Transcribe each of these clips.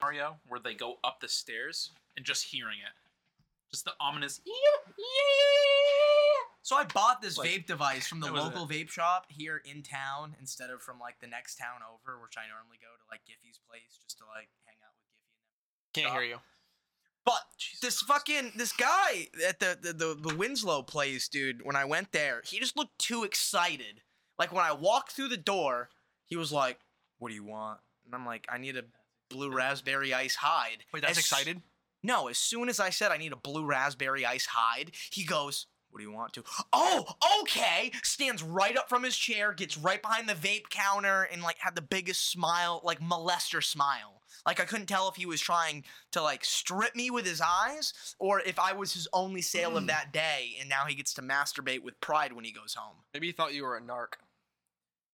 Mario where they go up the stairs and just hearing it. Just the ominous. So I bought this Like, vape device from the that was local vape shop here in town instead of from like the next town over, which I normally go to like Giffy's place just to like hang out with Giffy. and them. Can't hear you. But this fucking this guy at the the, the the Winslow place, dude. When I went there, he just looked too excited. Like when I walked through the door, he was like, "What do you want?" And I'm like, "I need a blue raspberry ice hide." Wait, that's As- excited. No, as soon as I said I need a blue raspberry ice hide, he goes, What do you want to? Oh, okay! Stands right up from his chair, gets right behind the vape counter, and like had the biggest smile, like molester smile. Like I couldn't tell if he was trying to like strip me with his eyes or if I was his only sale Hmm. of that day and now he gets to masturbate with pride when he goes home. Maybe he thought you were a narc.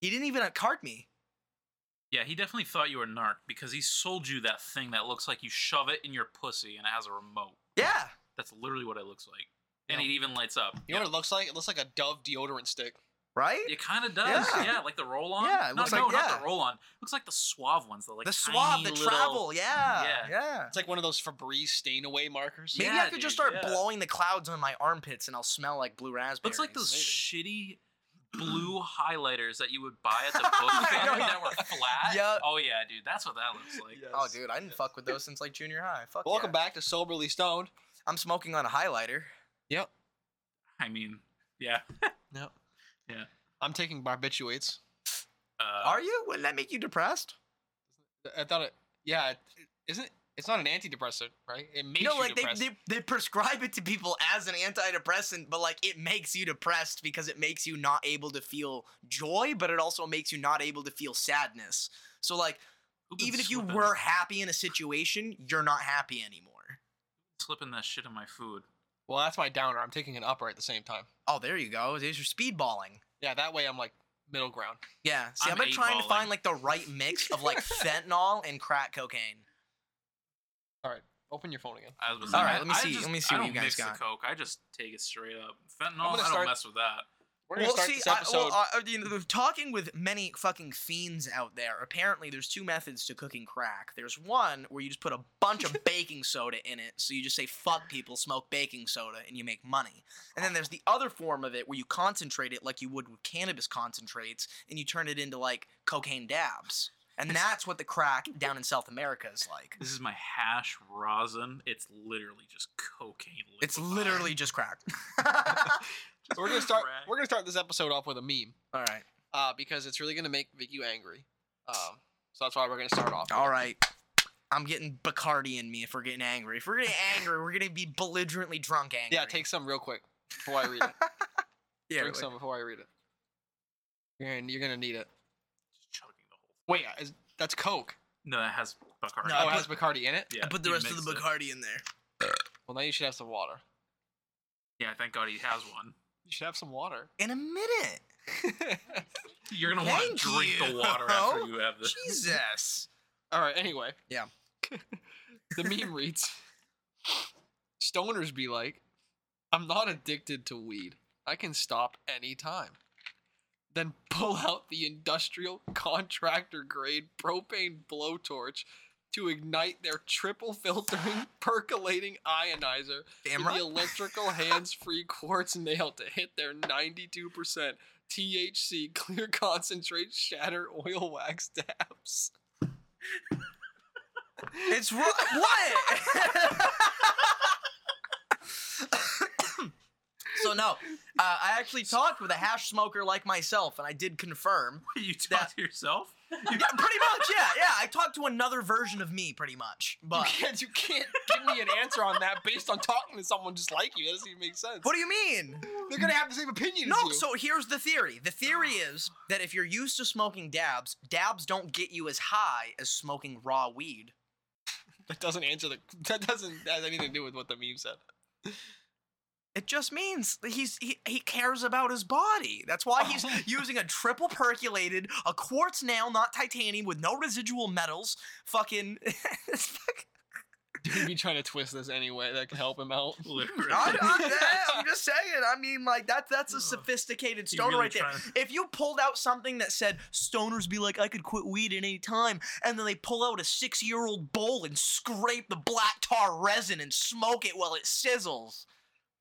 He didn't even card me. Yeah, he definitely thought you were a narc because he sold you that thing that looks like you shove it in your pussy and it has a remote. Yeah. That's literally what it looks like. And Yeah. it even lights up. You know what it looks like? It looks like a Dove deodorant stick. Right? It kind of does. Yeah. Yeah. like the roll on. Yeah, it no, looks no, like- yeah. not the roll on. Looks like the suave ones. The like the swab, tiny the little- travel, yeah. Yeah. Yeah. It's like one of those Febreze stain away markers. Yeah. Maybe I could just dude, start yeah. blowing the clouds on my armpits and I'll smell like blue raspberry. Looks like those maybe. shitty blue highlighters that you would buy at the book family Yeah. that were flat. Yup. Oh yeah, dude, that's what that looks like. Oh, dude, I didn't fuck with those since like junior high. Fuck. Welcome yeah. back to Soberly Stoned. I'm smoking on a highlighter. I mean, yeah. Yep. Yeah. I'm taking barbiturates. Uh, Are you? Wouldn't that make you depressed? I thought it. Yeah. It, isn't it? It's not an antidepressant, right? It makes no, you like they, depressed. they they prescribe it to people as an antidepressant, but like it makes you depressed because it makes you not able to feel joy, but it also makes you not able to feel sadness. So like who been even if you slipping- were happy in a situation, you're not happy anymore. slipping that shit in my food, well, that's my downer. I'm taking an upper at the same time. Oh, there you go. There's your speedballing. Yeah, that way I'm like middle ground. Yeah. See, i I'm have been trying to eight-balling. find like the right mix of like fentanyl and crack cocaine. Open your phone again. I was gonna All say, right, I- let me I see- just- let me see I what don't you guys mix got. the coke. I just take it straight up. gonna Fentanyl. I start- don't mess with that. We're gonna start this I- episode. well, uh, I- you know, talking with many fucking fiends out there, apparently there's two methods to cooking crack. There's one where you just put a bunch of baking soda in it, so you just say "fuck people, smoke baking soda," and you make money. And then there's the other form of it where you concentrate it like you would with cannabis concentrates, and you turn it into like cocaine dabs. And that's what the crack down in South America is like. This is my hash rosin. It's literally just cocaine. It's liquefied. literally just crack. we're gonna start. Crack. We're gonna start this episode off with a meme, All right. uh, because it's really gonna make Vicky angry. Um, so that's why we're gonna start off. All right. I'm getting Bacardi in me if we're getting angry. If we're getting angry, we're gonna be belligerently drunk angry. Yeah, take some real quick before I read it. yeah, Drink like- some before I read it. You're gonna, you're gonna need it. Just chugging the whole. Wait, uh, is, that's Coke. No, it has Bacardi. No, Oh, I it has Bacardi in it. yeah, I put the you rest of the mixed it. Bacardi in there. Well, now you should have some water. Yeah, thank God he has one. You should have some water. In a minute. You're gonna want Thank to drink you. the water after you have this. Jesus. All right. Anyway. Yeah. the meme reads: Stoners be like, I'm not addicted to weed. I can stop anytime. Then pull out the industrial contractor grade propane blowtorch to ignite their triple filtering percolating ionizer Damn with right. the electrical hands-free quartz nail to hit their 92% THC clear concentrate shatter oil wax dabs. It's ro- what? so no, uh, I actually talked with a hash smoker like myself, and I did confirm. You talk That- to yourself. Yeah, pretty much. Yeah, yeah. I talked to another version of me, pretty much. But you can't, you can't give me an answer on that based on talking to someone just like you. That doesn't even make sense. what do you mean? They're gonna have the same opinion as No, you. so here's the theory. The theory Ah. is that if you're used to smoking dabs, dabs don't get you as high as smoking raw weed. that doesn't answer the. That doesn't that has anything to do with what the meme said. It just means that he's he, he cares about his body. That's why he's using a triple percolated, a quartz nail, not titanium, with no residual metals. Fucking, it's fuck- He'd be trying to twist this anyway. That could help him out. Literally. I'm, I'm, yeah, I'm just saying. I mean, like that that's a Ugh. sophisticated You stoner really right there. trying If you pulled out something that said stoners be like I could quit weed at any time, and then they pull out a six-year-old bowl and scrape the black tar resin and smoke it while it sizzles.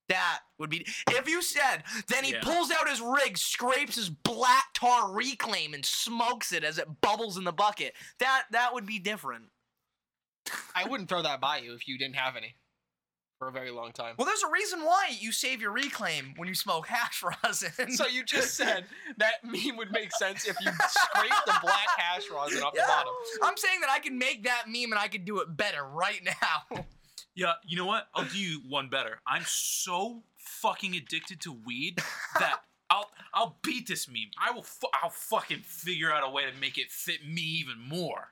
That would be if you said. Then he Yeah. pulls out his rig, scrapes his black tar reclaim, and smokes it as it bubbles in the bucket. That that would be different. I wouldn't throw that by you if you didn't have any for a very long time. Well, there's a reason why you save your reclaim when you smoke hash rosin. So you just said that meme would make sense if you scrape the black hash rosin off the Yeah. bottom. I'm saying that I can make that meme and I can do it better right now. Yeah, you know what? I'll do you one better. I'm so fucking addicted to weed that I'll I'll beat this meme. I will. Fu- I'll fucking figure out a way to make it fit me even more.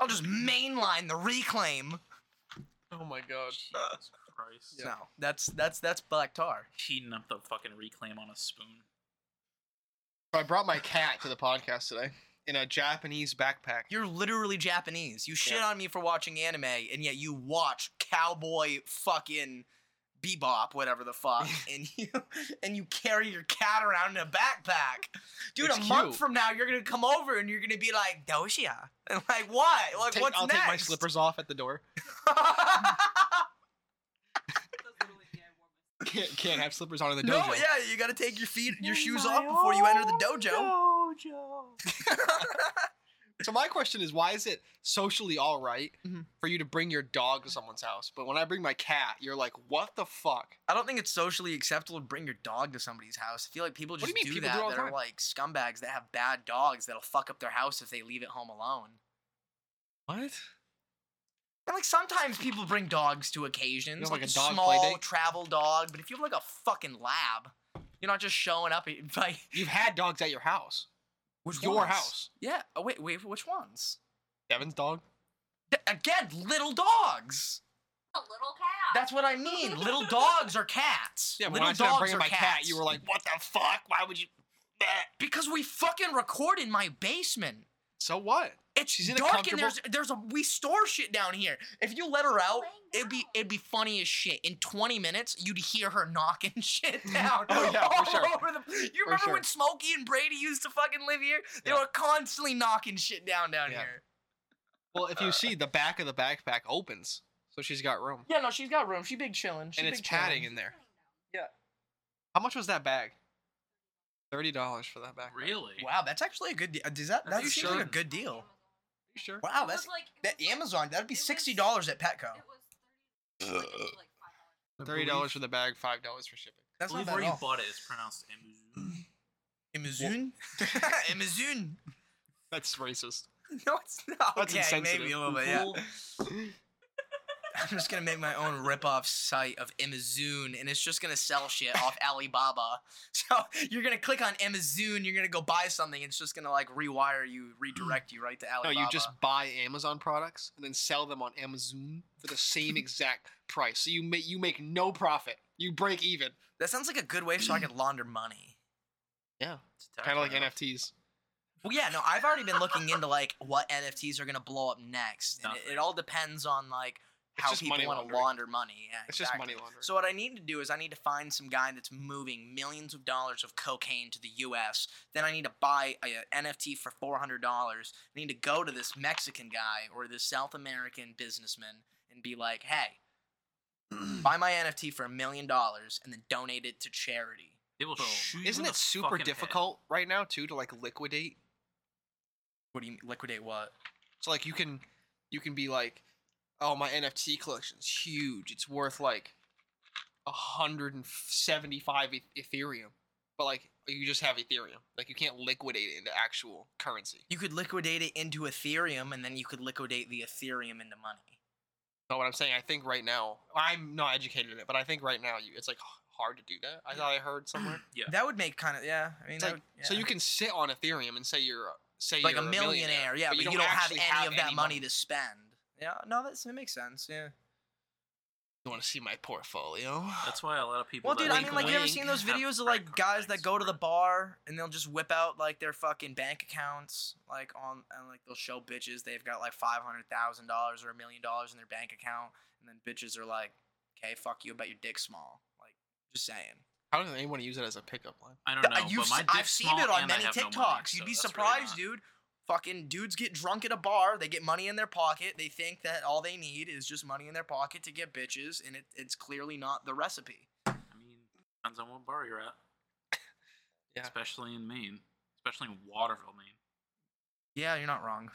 I'll just mainline the reclaim. Oh my god. Jesus Christ. No, that's that's that's black tar. Heating up the fucking reclaim on a spoon. I brought my cat to the podcast today in a Japanese backpack. You're literally Japanese. You shit Yeah. on me for watching anime, and yet you watch cowboy fucking bebop, whatever the fuck, and you and you carry your cat around in a backpack. Dude, It's a month cute. from now, you're gonna come over and you're gonna be like, Doshia. And like, what? Like, Take- what's I'll next? take my slippers off at the door. Can't, can't have slippers on in the no, dojo. yeah, you gotta take your feet, your shoes off before you enter the dojo. So my question is, why is it socially all right Mhm. for you to bring your dog to someone's house, but when I bring my cat, you're like, what the fuck? I don't think it's socially acceptable to bring your dog to somebody's house. I feel like people What do just you mean people do that. all the They're time? like scumbags that have bad dogs that'll fuck up their house if they leave it home alone. What? And like sometimes people bring dogs to occasions, You have, like, like, a dog play small date? travel dog. But if you have like a fucking lab, you're not just showing up at, like You've had dogs at your house. which your ones? house. Yeah. Oh wait, wait, which ones? Devin's dog. Th- again, little dogs. A little cat. That's what I mean. little dogs are cats. Yeah, but little when I started dogs bringing are my cats. cat, you were like, what the fuck? Why would you? Bleh. because we fucking record in my basement. So what? It's She's in a dark and comfortable- there's there's a we store shit down here. If you let her out, laying it'd be down. it'd be funny as shit. In 20 minutes, you'd hear her knocking shit down. Oh, yeah, for all sure. over the- you remember when sure. Smokey and Brady used to fucking live here? They Yeah. were constantly knocking shit down down Yeah. here. Well, if you see the back of the backpack opens, so she's got room, Yeah, no, she's got room. She big chilling. She and it's big padding chillin'. in there. How much was that bag? Thirty dollars for that bag. Really? Wow, that's actually a good deal. Does that Are that you seems like sure? a good deal? You sure? Wow, It that's was like, it that was like- Amazon. That'd be it was- sixty dollars at Petco. It was thirty. like, it was like five dollars. Thirty dollars for the bag, five dollars for shipping. I That's believe not bad where at you all. bought it is pronounced Amazon. Amazon. Amazon. That's racist. No, it's not. That's okay, insensitive. maybe a little bit. Yeah. I'm just gonna make my own rip-off site of Amazon, and it's just gonna sell shit off Alibaba. So you're gonna click on Amazon, you're gonna go buy something, it's just gonna like rewire you, redirect you right to No, Alibaba. you just buy Amazon products and then sell them on Amazon for the same exact price. So you make you make no profit. You break even. that sounds like a good way so I could launder money. Yeah, It's a tax kind of like write-off. NFTs. Well, yeah, no, I've already been looking into like what NFTs are gonna blow up next, and it, it Nothing. all depends on like It's how just people money want to laundering. launder money. Yeah, It's just exactly. money laundering. So what I need to do is I need to find some guy that's moving millions of dollars of cocaine to the U.S. Then I need to buy a NFT for four hundred dollars. I need to go to this Mexican guy or this South American businessman and be like, "Hey, buy my NFT for a million dollars and then donate it to charity." They will Boom. shoot you Isn't in it the super fucking head. difficult right now too to like liquidate? What do you mean, liquidate? What? So like you can you can be like, oh my NFT collection's huge. It's worth like hundred and seventy five Ethereum. But like you just have Ethereum. Like you can't liquidate it into actual currency. You could liquidate it into Ethereum and then you could liquidate the Ethereum into money. know what I'm saying? I think right now I'm not educated in it, but I think right now you it's like h- hard to do that. I thought I heard somewhere. Yeah. That would make kind of yeah. I mean, It's that like- would- So yeah. you can sit on Ethereum and say you're a- say like a you're millionaire, yeah, but, you, don't, have actually any of that money, to spend. Yeah, no, that's, that makes sense. Yeah, You want to see my portfolio? That's why a lot of people. Well, that dude, I make mean, like, you ever weed wink, seen those have videos of crack like guys complex. that go to the bar and they'll just whip out like their fucking bank accounts, like on and like they'll show bitches they've got like five hundred thousand dollars or a million dollars in their bank account, and then bitches are like, "Okay, fuck you about your dick small." Like, just saying. How does anyone use it as a pickup line? I don't know, You've but my s- dick's I've seen small it on and I many have no money, TikToks. You'd so be that's really surprised, not- dude. Fucking dudes get drunk at a bar. They get money in their pocket. They think that all they need is just money in their pocket to get bitches, and it, it's clearly not the recipe. I mean, depends on what bar you're at. Yeah. Especially in Maine, especially in Waterville, Maine. Yeah, you're not wrong.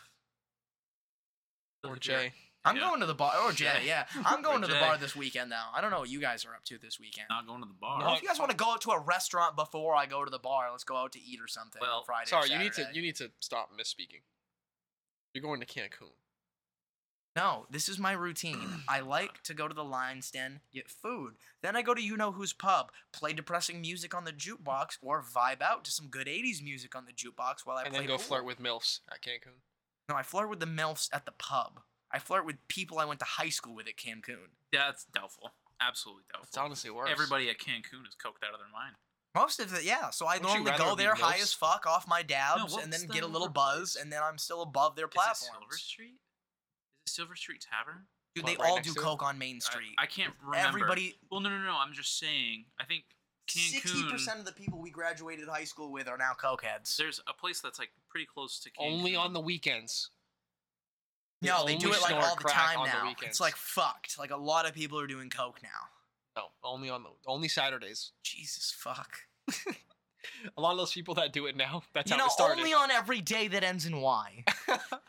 Look Or if you're- Jay? I'm Yeah. going to the bar. Oh, Jay, Jay. yeah. I'm going to the Jay. bar this weekend, though. I don't know what you guys are up to this weekend. Not going to the bar. Well, if No. you guys want to go out to a restaurant before I go to the bar, let's go out to eat or something. Well, on Friday. or Sorry, you need to Saturday. you need to stop misspeaking. You're going to Cancun. No, this is my routine. I like to go to the Lion's Den, get food. Then I go to You Know Who's Pub, play depressing music on the jukebox, or vibe out to some good 80s music on the jukebox while I and play then go pool. flirt with MILFs at Cancun. No, I flirt with the MILFs at the pub. I flirt with people I went to high school with at Cancun. That's doubtful. Absolutely It's doubtful. honestly worse. Everybody at Cancun is coked out of their mind. Most of it, yeah. So I Wouldn't you normally rather go be there high MILFs? as fuck off my dabs what's and then the get a little other buzz, place? and then I'm still above their Is it platforms. Silver Street? Is it Silver Street Tavern? Dude, What, they right all next do to it? coke on Main I- Street. I, can't remember. Everybody, Well, no, no, no. I'm just saying. I think sixty Cancun. percent of the people we graduated high school with are now cokeheads. There's a place that's like pretty close to Cancun. Only on the weekends. No, they do only it like snort all the crack time on the now. weekends. it's like fucked. Like a lot of people are doing coke now. No, only on the only Saturdays. Jesus fuck. A lot of those people that do it now. That's you how know, it started. only on every day that ends in Y.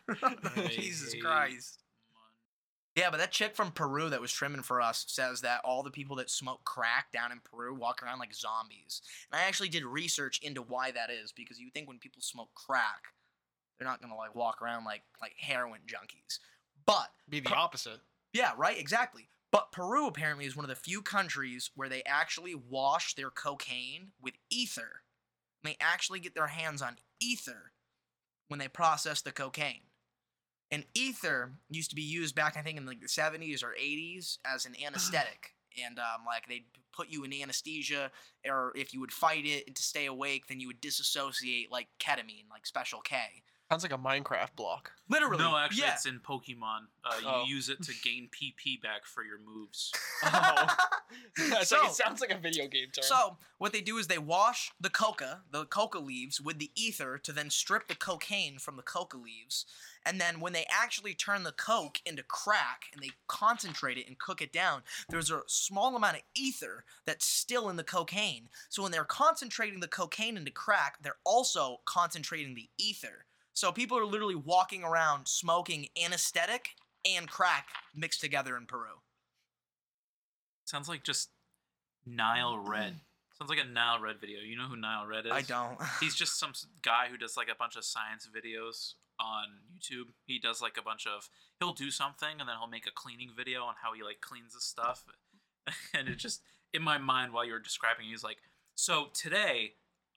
Jesus Christ. Yeah, but that chick from Peru that was trimming for us says that all the people that smoke crack down in Peru walk around like zombies. And I actually did research into why that is because you think when people smoke crack, they're not gonna like walk around like like heroin junkies. But Be the opposite. yeah, right, exactly. But Peru apparently is one of the few countries where they actually wash their cocaine with ether. And they actually get their hands on ether when they process the cocaine. And ether used to be used back, I think, in like the 70s or 80s as an anesthetic. And um, like they'd put you in anesthesia, or if you would fight it to stay awake, then you would disassociate like ketamine, like special K. Sounds like a Minecraft block. Literally, No, actually, yeah. it's in Pokemon. Uh, you Oh. use it to gain PP back for your moves. Oh. That's like, So- it sounds like a video game term. So what they do is they wash the coca, the coca leaves, with the ether to then strip the cocaine from the coca leaves, and then when they actually turn the coke into crack and they concentrate it and cook it down, there's a small amount of ether that's still in the cocaine. So when they're concentrating the cocaine into crack, they're also concentrating the ether. So people are literally walking around smoking anesthetic and crack mixed together in Peru. Sounds like just Nile Red. Sounds like a Nile Red video. You know who Nile Red is? Mm. I don't. He's just some s- guy who does like a bunch of science videos on YouTube. He does like a bunch of he'll do something and then he'll make a cleaning video on how he like cleans the stuff. And it just in my mind while you were describing, he's like, "So today,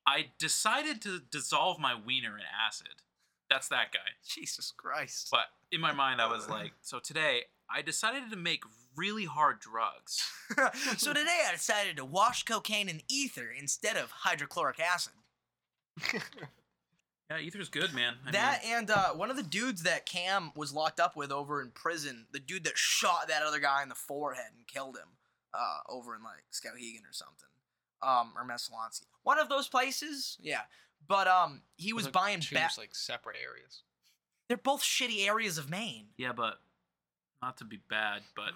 I decided to dissolve my wiener in acid." That's that guy. Jesus Christ. But in my mind, I was like, "So today, I decided to make really hard drugs." so today I decided to wash cocaine in ether instead of hydrochloric acid. Yeah, ether's good, man. I that mean, and uh, one of the dudes that Cam was locked up with over in prison, the dude that shot that other guy in the forehead and killed him uh, over in like Skowhegan or something, um, or Messalonsi. One of those places, yeah. But um, he was Like, buying choose, back. like separate areas. They're both shitty areas of Maine. yeah, but not to be bad, but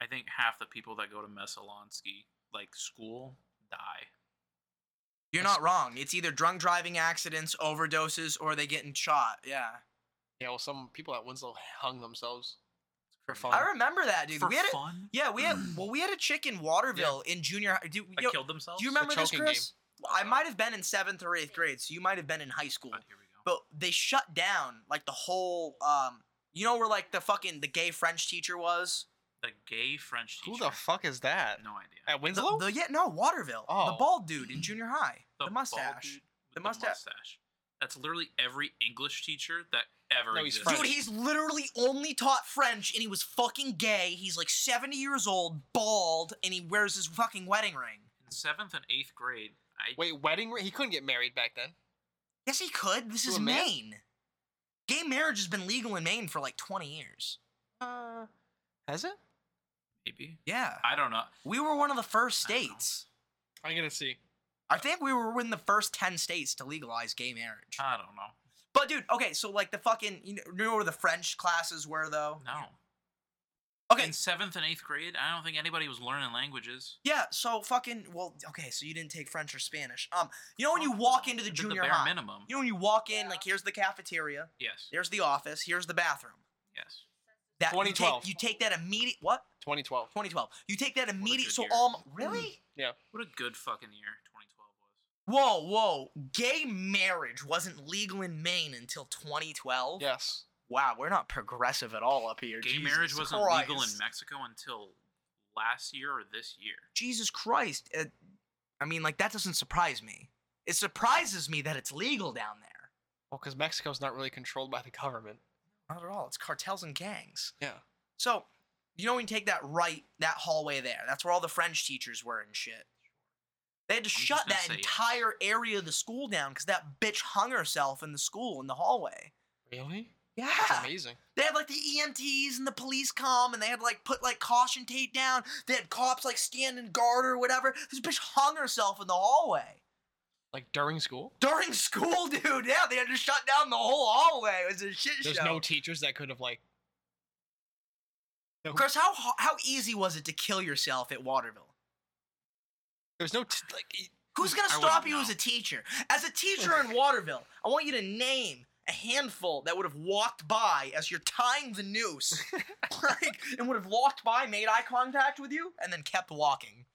I think half the people that go to Messalonsky like school die. You're not wrong. It's either drunk driving accidents, overdoses, or they getting shot. Yeah. Yeah, well, some people at Winslow hung themselves for fun. I remember that, dude. For we had a, fun, yeah, we had well, we had a chick in Waterville in junior high. Dude, I yo- killed themselves. Do you remember this, choking Chris? I might have been in seventh or eighth grade, so you might have been in high school. But here we go. But they shut down like the whole. um You know where like the fucking the gay French teacher was. The gay French Who teacher. the fuck is that? No idea. At The, Winslow? the yeah no Waterville. The Oh. bald dude in junior high. The, bald mustache. dude with The mustache. That's literally every English teacher that ever No, he's existed. French. Dude, he's literally only taught French and he was fucking gay. He's like 70 years old, bald, and he wears his fucking wedding ring. in seventh and eighth grade, I Wait, wedding ring? He couldn't get married back then. Yes, he could. This To is a man? Maine. Gay marriage has been legal in Maine for like 20 years. Uh, has it? maybe Yeah. I don't know. We were one of the first I don't know. states. I'm gonna see. I think we were in the first 10 states to legalize gay marriage. I don't know. But dude, okay, so like the fucking you know, you know where the French classes were though? No. Okay. In seventh and eighth grade, I don't think anybody was learning languages. Yeah, so fucking well, okay, so you didn't take French or Spanish. Um, you know when you walk into I the did junior the bare high, minimum. you know when you walk in, Yeah. like here's the cafeteria, yes. here's the office, here's the bathroom. Yes. That you take- 2012. You take, that immediate what? 2012. 2012. You take that immediate. good So year. Mm. um, really? What a good fucking year 2012 was. Whoa, whoa! Gay marriage wasn't legal in Maine until 2012. Yes. Wow, we're not progressive at all up here. Gay Jesus marriage wasn't Christ. legal in Mexico until last year or this year. Jesus Christ. Uh, I mean, like, that doesn't surprise me. It surprises me that it's legal down there. Well, because Mexico's not really controlled by the government. Not at all. It's cartels and gangs. Yeah. So, you know, when you take that right, that hallway there, that's where all the French teachers were and shit. They had to just shut gonna that say yes. entire area of the school down because that bitch hung herself in the school in the hallway. Really? Yeah. That's amazing. They had like the EMTs and the police come and they had like put like caution tape down. They had cops like standing guard or whatever. This bitch hung herself in the hallway. Like during school, During school, dude. Yeah, they had to shut down the whole hallway. It was a shit there's show. no teachers that could have like. No, Chris, how how easy was it to kill yourself at Waterville? there's no t- like. e- Who's gonna I stop wouldn't you know. as a teacher? As a teacher in Waterville, I want you to name a handful that would have walked by as you're tying the noose, like, and would have walked by, made eye contact with you, and then kept walking.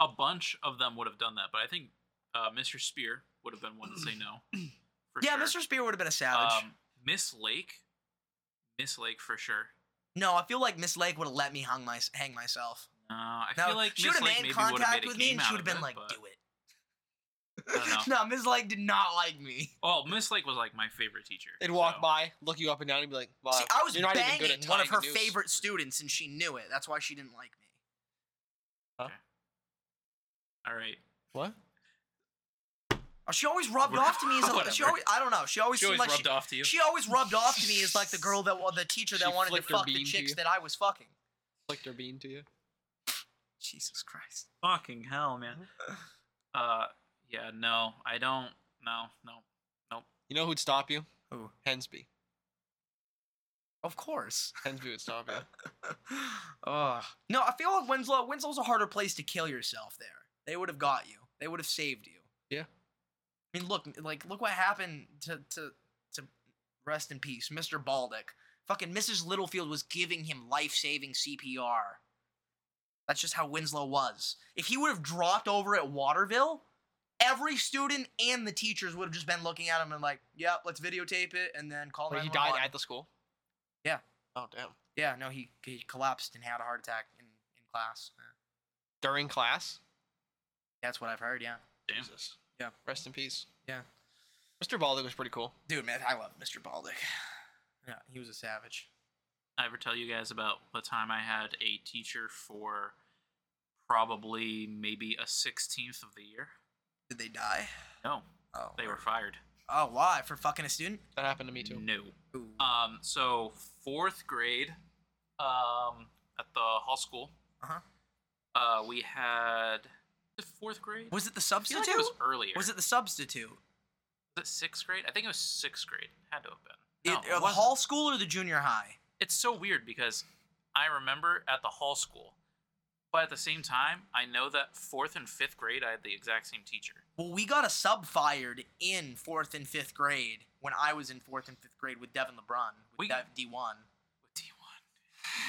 A bunch of them would have done that, but I think uh, Mr. Spear would have been one to say no. For yeah, sure. Mr. Spear would have been a savage. Um, Miss Lake, Miss Lake for sure. no, I feel like Miss Lake would have let me hang, my, hang myself. No, I No, feel like she would Miss have Lake made maybe would have contact made a with me, game and she out would of have been it, like, but- "Do it." I don't no, Miss Lake did not like me. Oh, Miss Lake was like my favorite teacher. They'd walk so- by, look you up and down, and be like, "Wow, See, I was you're not even good banging at one of tying her the noose." favorite students, and she knew it. That's why she didn't like me. All right. What? Oh, she always rubbed Whatever. off to me as a, she Whatever. always I don't know. She always She seemed always like rubbed off to she, you. she always rubbed off to me as like the girl that wa- the teacher that She wanted to flicked her fuck the bean to chicks you. that I was fucking. Flicked her bean to you. Jesus Christ. Fucking hell, man. Uh, yeah, no, I don't. No, no. You know who'd stop you? Who? Hensby. Of course. Hensby would stop you. Ugh. No, I feel like Winslow Winslow's a harder place to kill yourself there. They would have got you. They would have saved you. Yeah. I mean look like look what happened to to to rest in peace, Mr. Baldick. Fucking Mrs. Littlefield was giving him life saving CPR. That's just how Winslow was. If he would have dropped over at Waterville, every student and the teachers would have just been looking at him and like, "Yep, let's videotape it and then call." Wait, he 911." died at the school. Yeah. Oh damn. Yeah, no, he he collapsed and had a heart attack in, in class. Yeah. During class. That's what I've heard, yeah. Damn. Jesus. Yeah. Rest in peace. Yeah. Mr. Baldy was pretty cool. Dude, man, I love Mr. Baldick. Yeah, he was a savage. I ever tell you guys about the time I had a teacher for probably maybe a sixteenth of the year? Did they die? No, Oh. they were fired. Oh, why? For fucking a student? That happened to me too. No. Ooh. Um, so fourth grade, um, at the hall school. Uh-huh. Uh, we had the fourth grade. Was it the I feel substitute? like it was earlier. Was it the substitute? Was it sixth grade? I think it was sixth grade. Had to have been. It, No, uh, it the wasn't. hall school or the junior high? It's so weird because I remember at the hall school, but at the same time, I know that fourth and fifth grade I had the exact same teacher. Well, we got a sub fired in fourth and fifth grade when I was in fourth and fifth grade with Devin LeBron, with We- Dev- D1.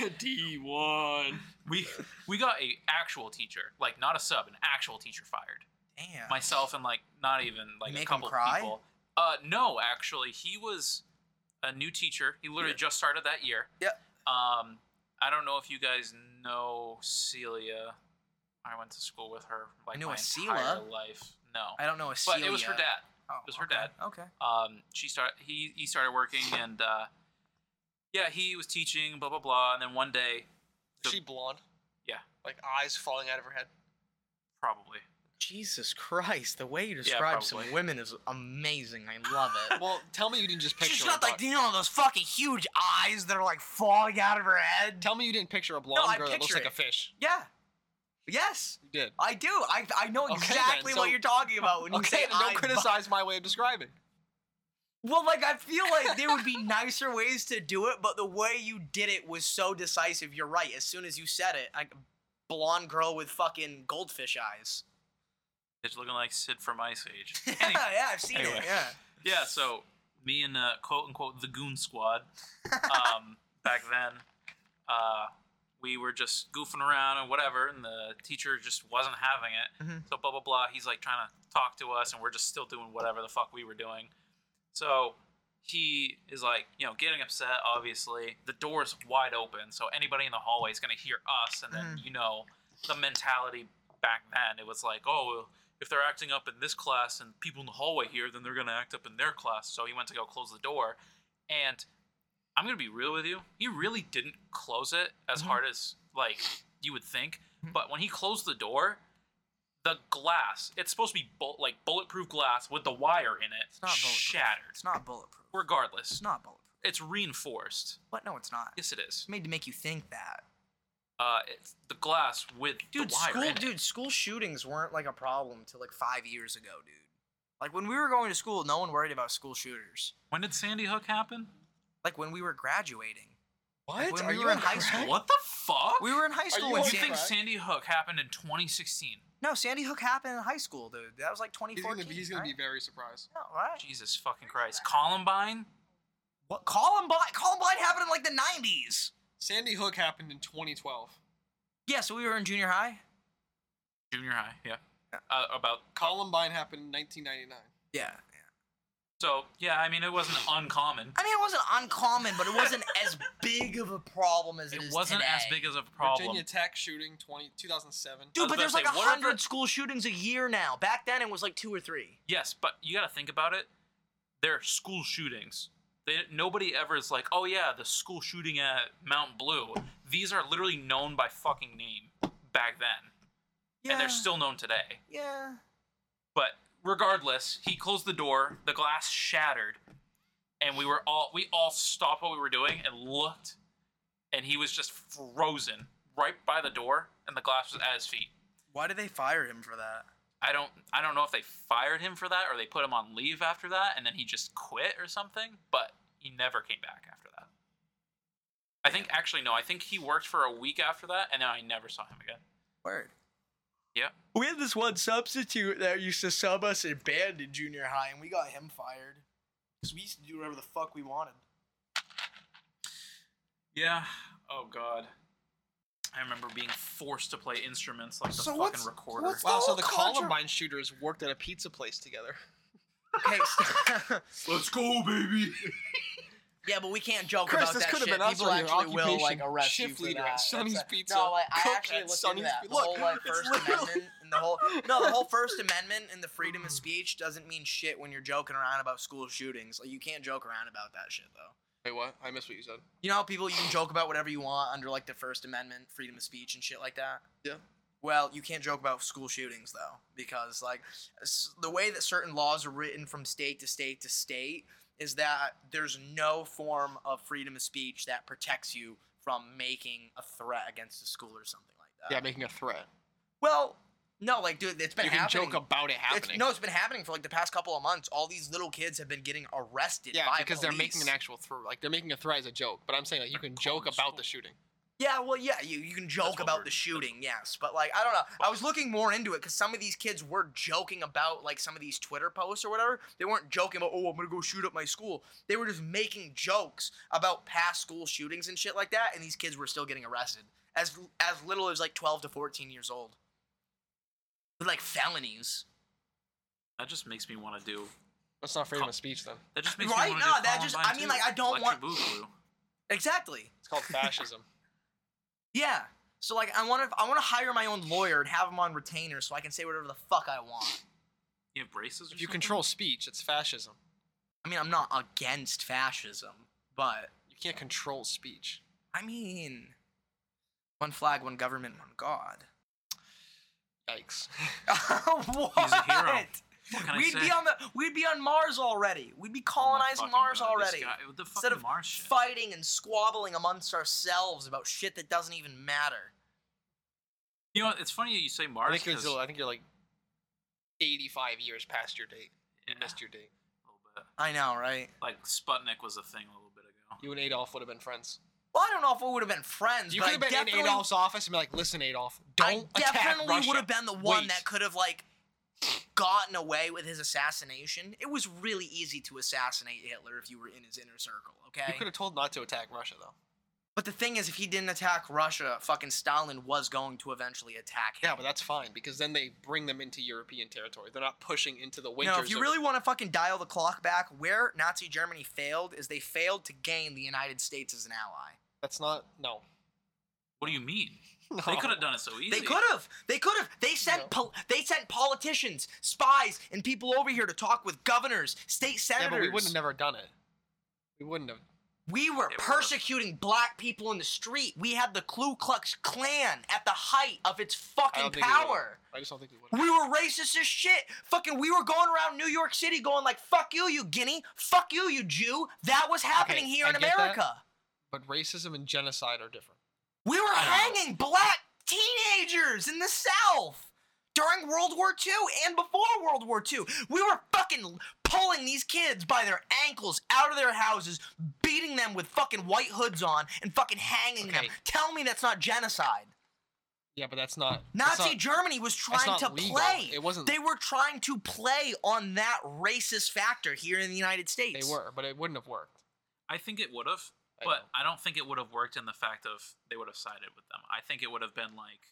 With D one, D one. we we got a actual teacher, like not a sub, an actual teacher fired. Damn. myself and like not even like Make a him couple cry? people. Uh, no, actually, he was a new teacher. He literally Yeah. just started that year. Yep. Um, I don't know if you guys know Celia. I went to school with her like I knew my a entire Celia. life. No, I don't know a but Celia. it was her dad. Oh, was her okay, dad. Okay. Um, she started. He he started working, and uh, yeah, he was teaching. Blah blah blah. And then one day, Is she blonde? Yeah. Like eyes falling out of her head. probably Jesus Christ, the way you describe describe some some women is amazing. I love it. Well, tell me you didn't just picture. She's a got like blonde- you know those fucking huge eyes that are like falling out of her head. Tell me you didn't picture a blonde I girl that looks picture like a it. fish. Yeah. Yes, You did. I do. I I know Okay, then, exactly so- what you're talking about when you Okay, say then don't eye bu- criticize my way of describing. Well, like I feel like there would be nicer ways to do it, but the way you did it was so decisive. You're right. As soon as you said it, like blonde girl with fucking goldfish eyes. it's looking like Sid from Ice Age. yeah, Anyway. yeah, I've seen anyway. it. Yeah. yeah, so me and uh, quote unquote the goon squad um, back then, uh, we were just goofing around and whatever, and the teacher just wasn't having it. Mhm. So blah blah blah. He's like trying to talk to us, and we're just still doing whatever the fuck we were doing. So he is like, you know, getting upset. Obviously, the door's wide open, so anybody in the hallway is gonna hear us, and then you know the mentality back then. It was like, oh. well, if they're acting up in this class and people in the hallway here, then they're gonna act up in their class. So he went to go close the door, and I'm gonna be real with you. He really didn't close it as Mhm. hard as like you would think. Mhm. But when he closed the door, the glass—it's supposed to be bul- like bulletproof glass with the wire in not bulletproof. it—shattered. It's not bulletproof. Regardless, It's not bulletproof. it's reinforced. What? No, it's not. It's Yes, it is. made to make you think that. Uh, it's the glass with Dude, the wire school, in it. dude, school shootings weren't like a problem till like five years ago, dude. Like when we were going to school, no one worried about school shooters. When did Sandy Hook happen? Like when we were graduating, What? When we were in high school, What the fuck? we were in high school you when on you Sandy. think crack? Sandy Hook happened in 2016? No, Sandy Hook happened in high school, dude. That was like He's 2014. gonna, be, he's gonna be right? very surprised. No, right? Jesus fucking Christ. Columbine? What? Columbine? Columbine happened in like the 90s. Sandy Hook happened in 2012. Oh. Yeah, so we were in junior high. Junior high, yeah. Uh, about. Columbine happened in 1999. Yeah. So, yeah, I mean, it wasn't uncommon. I mean, it wasn't uncommon, but it wasn't as big of a problem as it It is wasn't as today. big as a problem. Virginia Tech shooting 20, 2007. I was Dude, but about there's to like a say, what are the- hundred school shootings a year now. Back then, it was like two or three. Yes, but you got to think about it. They're school shootings. They, nobody ever is like, oh, yeah, the school shooting at Mount Blue. These are literally known by fucking name back then. And they're still known today. Yeah. But regardless, he closed the door, the glass shattered, and we were all we all stopped what we were doing and looked, and he was just frozen right by the door, and the glass was at his feet. Why did they fire him for that? I don't I don't know if they fired him for that or they put him on leave after that and then he just quit or something, but he never came back after that. I think actually no, I think he worked for a week after that and then I never saw him again. Word. Yeah. We had this one substitute that used to sub us in band in junior high, and we got him fired because we used to do whatever the fuck we wanted. Yeah. Oh god. I remember being forced to play instruments like the So fucking what's- recorder. what's Wow, so Full the contra- Columbine shooters worked at a pizza place together. Okay. st- Let's go, baby. yeah, but we can't joke Chris, about this that could have shit. been us People on your actually will like occupation. arrest you Shift for leader that. at Sonny's That's- Pizza. No, like, I Cook actually at looked Sonny's into that. Pi- The Look, whole like it's First literally- Mm. Amendment and the whole no, the whole First Amendment and the freedom of speech doesn't mean shit when you're joking around about school shootings. Like, you can't joke around about that shit though. Wait, what? I missed what you said. You know how people you can joke about whatever you want under like the First Amendment, freedom of speech and shit like that. Yeah. Well, you can't joke about school shootings though, because like s- the way that certain laws are written from state to state to state is that there's no form of freedom of speech that protects you from making a threat against a school or something like that. Yeah, making a threat. Well, no, like dude, it's been You can happening. joke about it It's- happening. no, it's been happening for like the past couple of months. All these little kids have been getting arrested. yeah, by because they're making police. an actual threat. Like they're making a threat as a joke. But I'm saying like you can joke calling about the school. shooting. Yeah, well, yeah, you, you can what joke we're- about the shooting, yes, but like I don't know. I was looking more into it because some of these kids were joking about like some of these Twitter posts or whatever. They weren't joking about oh I'm gonna go shoot up my school. They were just making jokes about past school shootings and shit like that, and these kids were still getting arrested as as little as like 12 to 14 years old with like felonies. That just makes me want to do. That's not freedom Col- of speech then. That just makes Right? me want to No, do. that just- Columbine I mean, too. like, I don't Electric want- Boogaloo. Exactly. It's called fascism. Yeah. So like I want to I want to hire my own lawyer and have him on retainer so I can say whatever the fuck I want. You have braces. Or If you something? control speech, it's fascism. I mean, I'm not against fascism, but You can't control speech. I mean, one flag, one government, one God. Yikes. what? He's a hero. What can I We'd say? be on the we'd be on Mars already. We'd be Oh my colonizing fucking Mars God, this already. guy- what the fucking Instead of Mars shit. Fighting and squabbling amongst ourselves about shit that doesn't even matter. you know, what, it's funny that you say I Mars. think, you're 'cause- still, I think you're like 85 years past your date. yeah, You missed your date. a little bit. I know, right? Like Sputnik was a thing a little bit ago. You and Adolf would have been friends. Well, I don't know if we would have been friends, You but could have I been in definitely, Adolf's office and be like, "Listen, Adolf, don't I attack definitely Russia." would have been the one Wait. that could have like gotten away with his assassination. It was really easy to assassinate Hitler if you were in his inner circle, You okay? could have told not to attack Russia, though. But the thing is, if he didn't attack Russia, fucking Stalin was going to eventually attack him. Yeah, but that's fine because then they bring them into European territory. They're not pushing into the winters. No, if you of- really want to fucking dial the clock back, where Nazi Germany failed is they failed to gain the United States as an ally. that's not no. What do you mean? no. They could have done it so easy. They could have. They could have. They sent No. pol- they sent politicians, spies, and people over here to talk with governors, state Yeah, senators. but we wouldn't have never done it. We wouldn't have. We were It persecuting black people in the street. We had the Ku Klux Klan at the height of its I fucking don't think we would've. power. I just don't think we would. We were racist as shit. Fucking, we were going around New York City going like, "Fuck you, you Guinea. Fuck you, you Jew." That was happening Okay, here I in get that. America. But racism and genocide are different. We were I don't know. hanging black teenagers in the South during World War II and before World War II. We were fucking pulling these kids by their ankles out of their houses, beating them with fucking white hoods on, and fucking hanging them. Okay. Tell me that's not genocide. Yeah, but that's not that's Nazi not- Germany was trying not to legal. play. It wasn't- They were trying to play on that racist factor here in the United States. they were, but it wouldn't have worked. I think it would have, I but know. I don't think it would have worked in the fact of they would have sided with them. I think it would have been like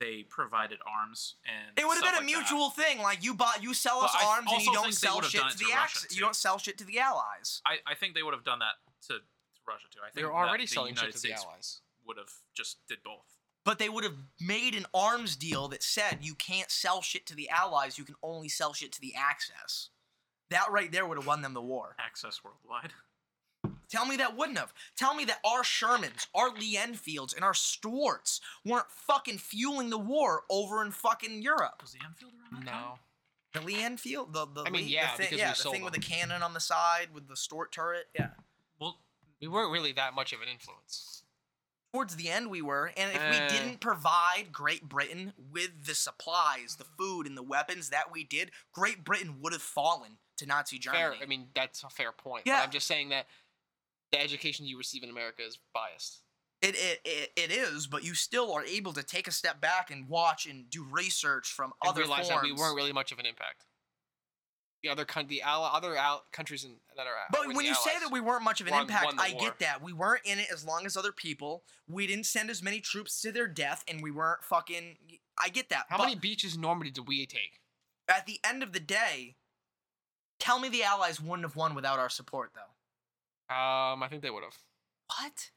they provided arms and It would have stuff been a like that. mutual thing. Like you bought, you sell us But I arms, and also you don't think they sell would have shit done to it the to ax- Russia, You too. don't sell shit to the allies. I, I think they would have done that to, to Russia too. I think They were that already the selling shit United to the States allies. would have just did both. But they would have made an arms deal that said you can't sell shit to the allies. You can only sell shit to the Axis. That right there would have won them the war. Access worldwide. Tell me that wouldn't have. Tell me that our Shermans, our Lee Enfields, and our Stuarts weren't fucking fueling the war over in fucking Europe. Was the Enfield around? that time? No, The Lee Enfield, the the I mean, Lee- yeah, the thing, because yeah, we the sold thing with the them. cannon on the side with the Stuart turret, yeah. Well, we weren't really that much of an influence. towards the end we were and if Uh. we didn't provide great britain with the supplies the food and the weapons that we did great britain would have fallen to nazi Fair. germany I mean, that's a fair point. Yeah. But I'm just saying that the education you receive in America is biased. it, it, it, it is but you still are able to take a step back and watch and do research from and other realized forms that we weren't really much of an impact. The other coun- the al- other al- countries in, that are out. but when you say that we weren't much of an won- impact, won the I war. get that. We weren't in it as long as other people. We didn't send as many troops to their death, and we weren't fucking. I get that. how but many beaches in Normandy did we take? at the end of the day, tell me the Allies wouldn't have won without our support, though. Um, I think they would have. What?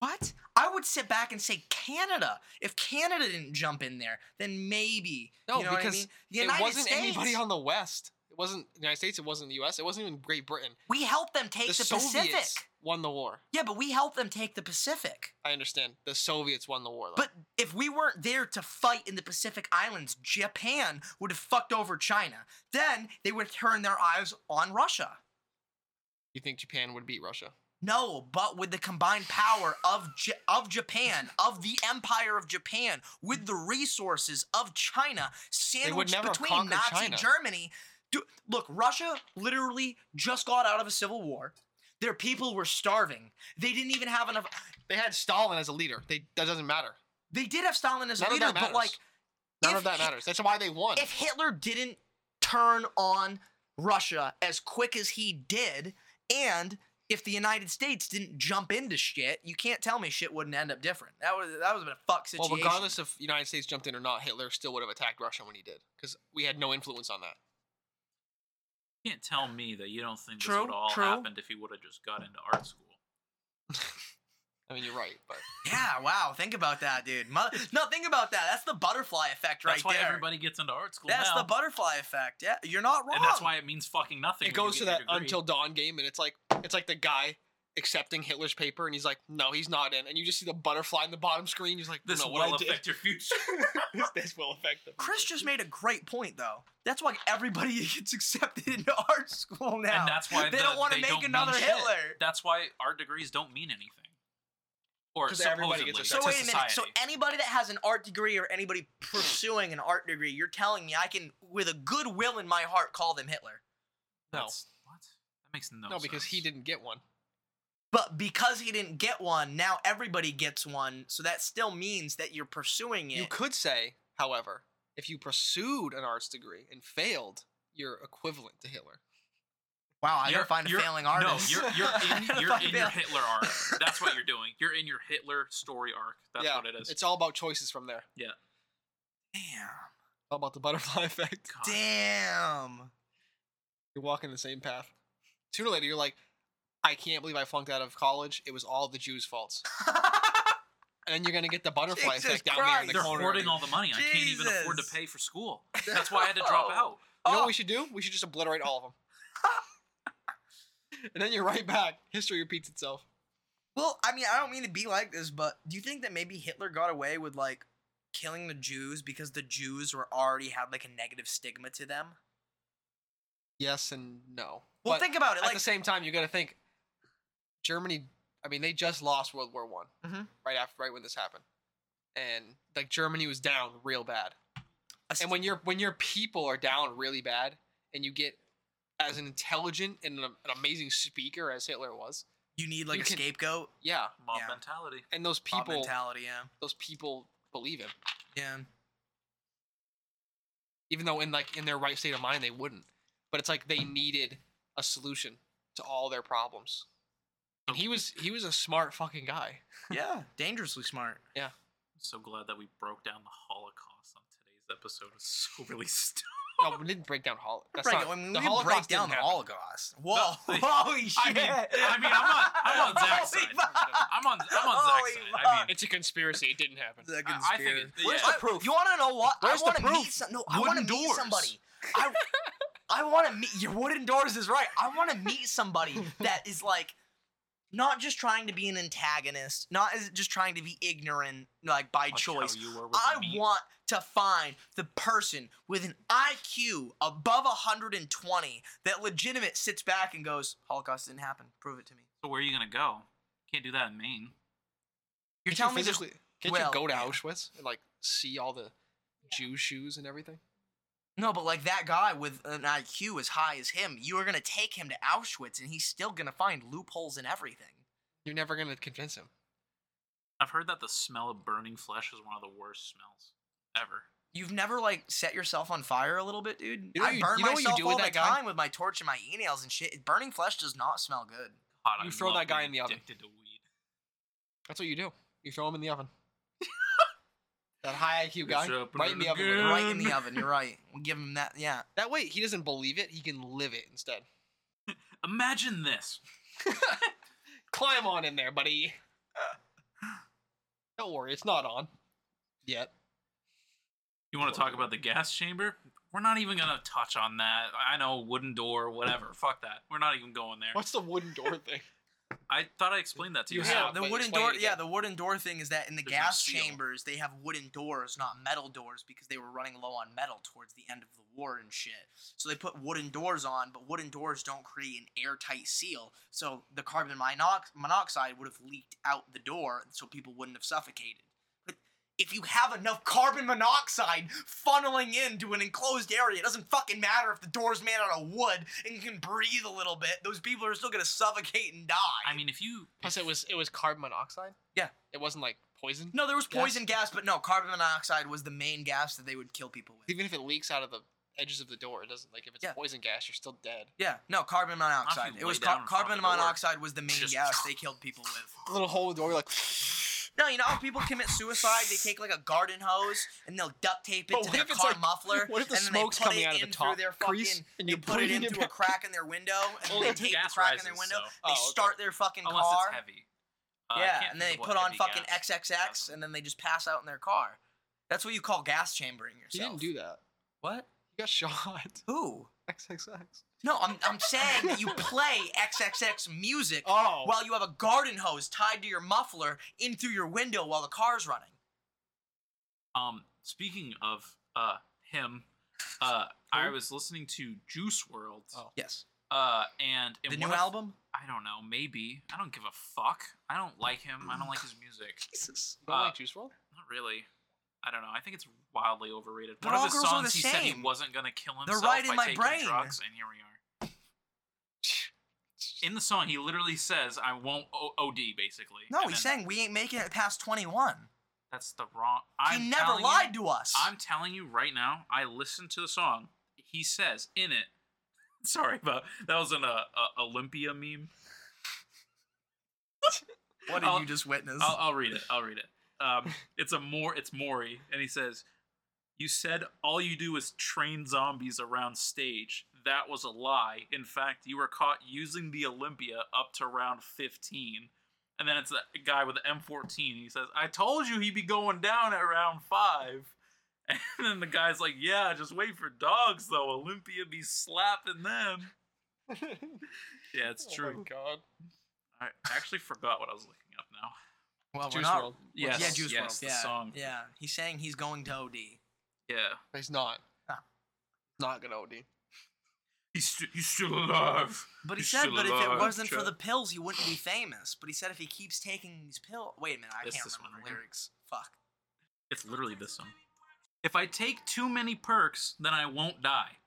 What? I would sit back and say Canada. If Canada didn't jump in there, then maybe. No, you know what I because mean? The It United wasn't States, anybody on the West. It wasn't the United States. It wasn't the U.S. It wasn't even Great Britain. We helped them take the the, Soviets Pacific. won the war. Yeah, but we helped them take the Pacific. I understand. The Soviets won the war. Though. But if we weren't there to fight in the Pacific Islands, Japan would have fucked over China. Then they would turn their eyes on Russia. you think Japan would beat Russia? No, but with the combined power of J- of Japan, of the Empire of Japan, with the resources of China, sandwiched never have between conquered Nazi China. Germany. Do, look, Russia literally just got out of a civil war. Their people were starving. They didn't even have enough. They had Stalin as a leader. They that doesn't matter. They did have Stalin as a None leader, of that but matters. like, None if of that Hit- matters. That's why they won. if Hitler didn't turn on Russia as quick as he did, and if the United States didn't jump into shit, you can't tell me shit wouldn't end up different. That was that was a fuck well, situation. regardless if United States jumped in or not, Hitler still would have attacked Russia when he did because we had no influence on that. you can't tell me that you don't think True, this would all true. happened if he would have just got into art school. I mean, you're right, but Yeah, wow. Think about that, dude. Mo- no, think about that. That's the butterfly effect right that's why there. everybody gets into art school that's now. the butterfly effect. Yeah, you're not wrong. and that's why it means fucking nothing. it when you goes to get your that degree. until dawn game, and it's like it's like the guy accepting Hitler's paper, and he's like, "No, he's not in," and you just see the butterfly in the bottom screen. He's like, this no, what will I did- affect your future. this, this will affect them." Chris just made a great point, though. That's why everybody gets accepted into art school now. And that's why they the- don't want to they make don't mean another shit. Hitler. That's why our degrees don't mean anything. Or 'Cause supposedly everybody gets to So That's wait a minute. society. So anybody that has an art degree or anybody pursuing an art degree, you're telling me I can, with a good will in my heart, call them Hitler. No. That's- what? That makes no. no, because sense. he didn't get one. But because he didn't get one, now everybody gets one. So that still means that you're pursuing it. You could say, however, if you pursued an arts degree and failed, you're equivalent to Hitler. wow, I You're- gotta find a you're- failing No, artist. you're you're in, you're in your Fucking- Hitler arc. That's what you're doing. You're in your Hitler story arc. That's Yeah, what it is. It's all about choices from there. Damn. All about the butterfly effect. God. Damn. You're walking the same path. Sooner or later, you're like, I can't believe I flunked out of college. It was all the Jews' faults. And then you're gonna get the butterfly Jesus effect down there in the They're Christ. corner. hoarding all the money. I can't even afford to Jesus. pay for school. That's why I had to drop out. You know Oh. what we should do? We should just obliterate all of them. and then you're right back. History repeats itself. Well, I mean, I don't mean to be like this, but do you think that maybe Hitler got away with like killing the Jews because the Jews were already had like a negative stigma to them? Yes and no. Well, But think about it. at Like, the same time, you got to think Germany. I mean, they just lost World War One Mhm. right after, right when this happened, and like Germany was down real bad. And when your when your people are down really bad, and you get as an intelligent and an, an amazing speaker as Hitler was, you need like you a can- scapegoat, yeah, Mob Yeah. mentality. and those mob people, mentality, yeah, those people believe him, yeah. even though in like in their right state of mind they wouldn't. But it's like they needed a solution to all their problems. And he was he was a smart fucking guy. yeah, dangerously smart. I'm so glad that we broke down the Holocaust on today's episode. It's so really stupid. No, we didn't break down Holocaust. That's Break- not, I mean, the we didn't break Holocaust down didn't the happen. Holocaust. Whoa, No, holy shit! I mean- I mean, I'm on- I'm on Zach's Holy side. fuck. I'm on. I'm on Holy Zach's side. I mean, It's a conspiracy. It didn't happen. The I- I think. It, conspiracy. yeah. I- You want to know what? Where's I the want to proof? meet some. No, I Wooden want to meet doors. somebody. I, I want to meet your wooden doors is right. I want to meet somebody that is like, not just trying to be an antagonist, not is just trying to be ignorant like by Like how choice. you were with I me. want to find the person with an IQ above 120 that legitimate sits back and goes, Holocaust didn't happen. Prove it to me. So where are you gonna go? Can't do that in Maine. You're telling me there's physically? Can't well, you go to yeah. Auschwitz and like see all the Jew shoes and everything? No, but like that guy with an IQ as high as him, you are gonna take him to Auschwitz, and he's still gonna find loopholes in everything. You're never gonna convince him. I've heard that the smell of burning flesh is one of the worst smells ever. You've never like set yourself on fire a little bit, dude. You know I you- burn you know what you myself do with all the that guy? time with my torch and my e nails and shit. Burning flesh does not smell good. God, You I throw love that guy being in the oven. Addicted to weed. That's what you do. You throw him in the oven. that high IQ guy, It's happening right in the oven. with him. again. Right in the oven. You're right. We'll give him that. Yeah. That way, he doesn't believe it. He can live it instead. Imagine this. Climb on in there, buddy. Don't worry, it's not on yet. You want to talk about the gas chamber? We're not even gonna touch on that. I know wooden door, whatever. Fuck that. We're not even going there. What's the wooden door thing? I thought I explained that to you. You so- have. the but wooden explain door. it Yeah, again. the wooden door thing is that in the There's no gas seal. chambers they have wooden doors, not metal doors, because they were running low on metal towards the end of the war and shit. So they put wooden doors on, but wooden doors don't create an airtight seal, so the carbon monox- monoxide would have leaked out the door, so people wouldn't have suffocated. But if you have enough carbon monoxide funneling into an enclosed area, it doesn't fucking matter if the door's made out of wood and can breathe a little bit. Those people are still gonna suffocate and die. I mean, if you Plus, it was it was carbon monoxide. Yeah. it wasn't like poison. No, there was Gas? poison gas, but no, carbon monoxide was the main gas that they would kill people with. Even if it leaks out of the edges of the door, it doesn't. Like if it's Yeah. poison gas, you're still dead. Yeah, no, carbon monoxide. Honestly, It was lay down car- in front of carbon the door. monoxide was the main Just- gas they killed people with. little hole in the door, you're like. No, you know how people commit suicide? They take like a garden hose and they'll duct tape it But to what their if it's car like- muffler. what if the and then they smoke's put coming it out of the in through top their crease fucking- and they you're put it putting it into a back- crack in their window, and Well, then they the take the gas crack in their rises, window. so- They Oh, okay. start their fucking unless car. it's heavy, Uh, I yeah, can't and then they think of put what on heavy fucking gas- XXX, and then they just pass out in their car. That's what you call gas chambering He yourself. didn't do that. What? He got shot. Who? XXX. No, I'm, I'm saying that you play XXX music Oh. while you have a garden hose tied to your muffler in through your window while the car's running. Um, speaking of uh him, uh, I was listening to Juice World. Oh. Yes. Uh, and in The one new of- album? I don't know. Maybe I don't give a fuck. I don't like him. I don't like his music. Jesus. You don't Uh, like Juice World? Not really. I don't know. I think it's wildly overrated. But One of all his girls are songs, the he said he same. wasn't gonna kill They're himself right in by my taking brain. drugs, and here we are. In the song, he literally says, "I won't o- OD," basically. No, And he's then saying we ain't making it past 21. that's the wrong. I'm he never telling you- lied to us. I'm telling you right now, I listened to the song. He says in it. Sorry, but that was an uh, uh, Olympia meme. what I'll- just witness? I'll, I'll read it. I'll read it. Um, it's a more. It's Maury, and he says, "You said all you do is train zombies around stage. That was a lie. In fact, you were caught using the Olympia up to round 15." And then it's that guy with the M14. He says, "I told you he'd be going down at round five. And then the guy's like, "Yeah, just wait for dogs though. Olympia be slapping them." Yeah, it's Oh my true. god. I actually forgot what I was looking up now. well, Juice World. Yes, yeah, Juice yes, World. the yeah, song. yeah. He's saying he's going to OD. Yeah. He's not. Huh. Not gonna OD. He's, st- he's still alive. But he He's said, still but if it alive, wasn't for Chad. the pills, he wouldn't be famous. But he said if he keeps taking these pills, wait a minute, I That's can't this remember one the right here. lyrics. Fuck. It's literally this one. If I take too many perks, then I won't die.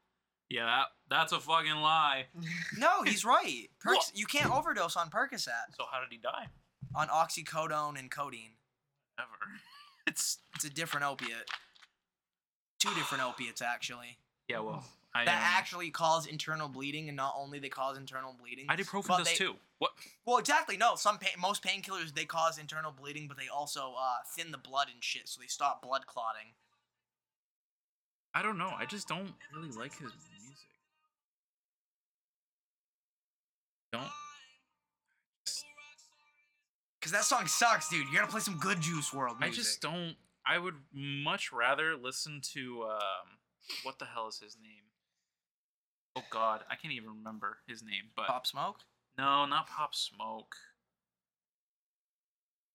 Yeah, that, that's a fucking lie. No, he's right. Percs, you can't overdose on Percocet, So how did he die? on oxycodone and codeine. Ever. It's It's a different opiate. Two different opiates actually. yeah. Well, I That um, actually cause internal bleeding, and not only they cause internal bleeding. ibuprofen but does they- too. What? Well, exactly. No, some pain, most painkillers they cause internal bleeding, but they also uh, thin the blood and shit, so they stop blood clotting. I don't know. I just don't really like his music. Don't. Cause that song sucks, dude. You gotta play some good Juice World I music. just don't. I would much rather listen to um, what the hell is his name? Oh God, I can't even remember his name. But Pop Smoke. No, not Pop Smoke.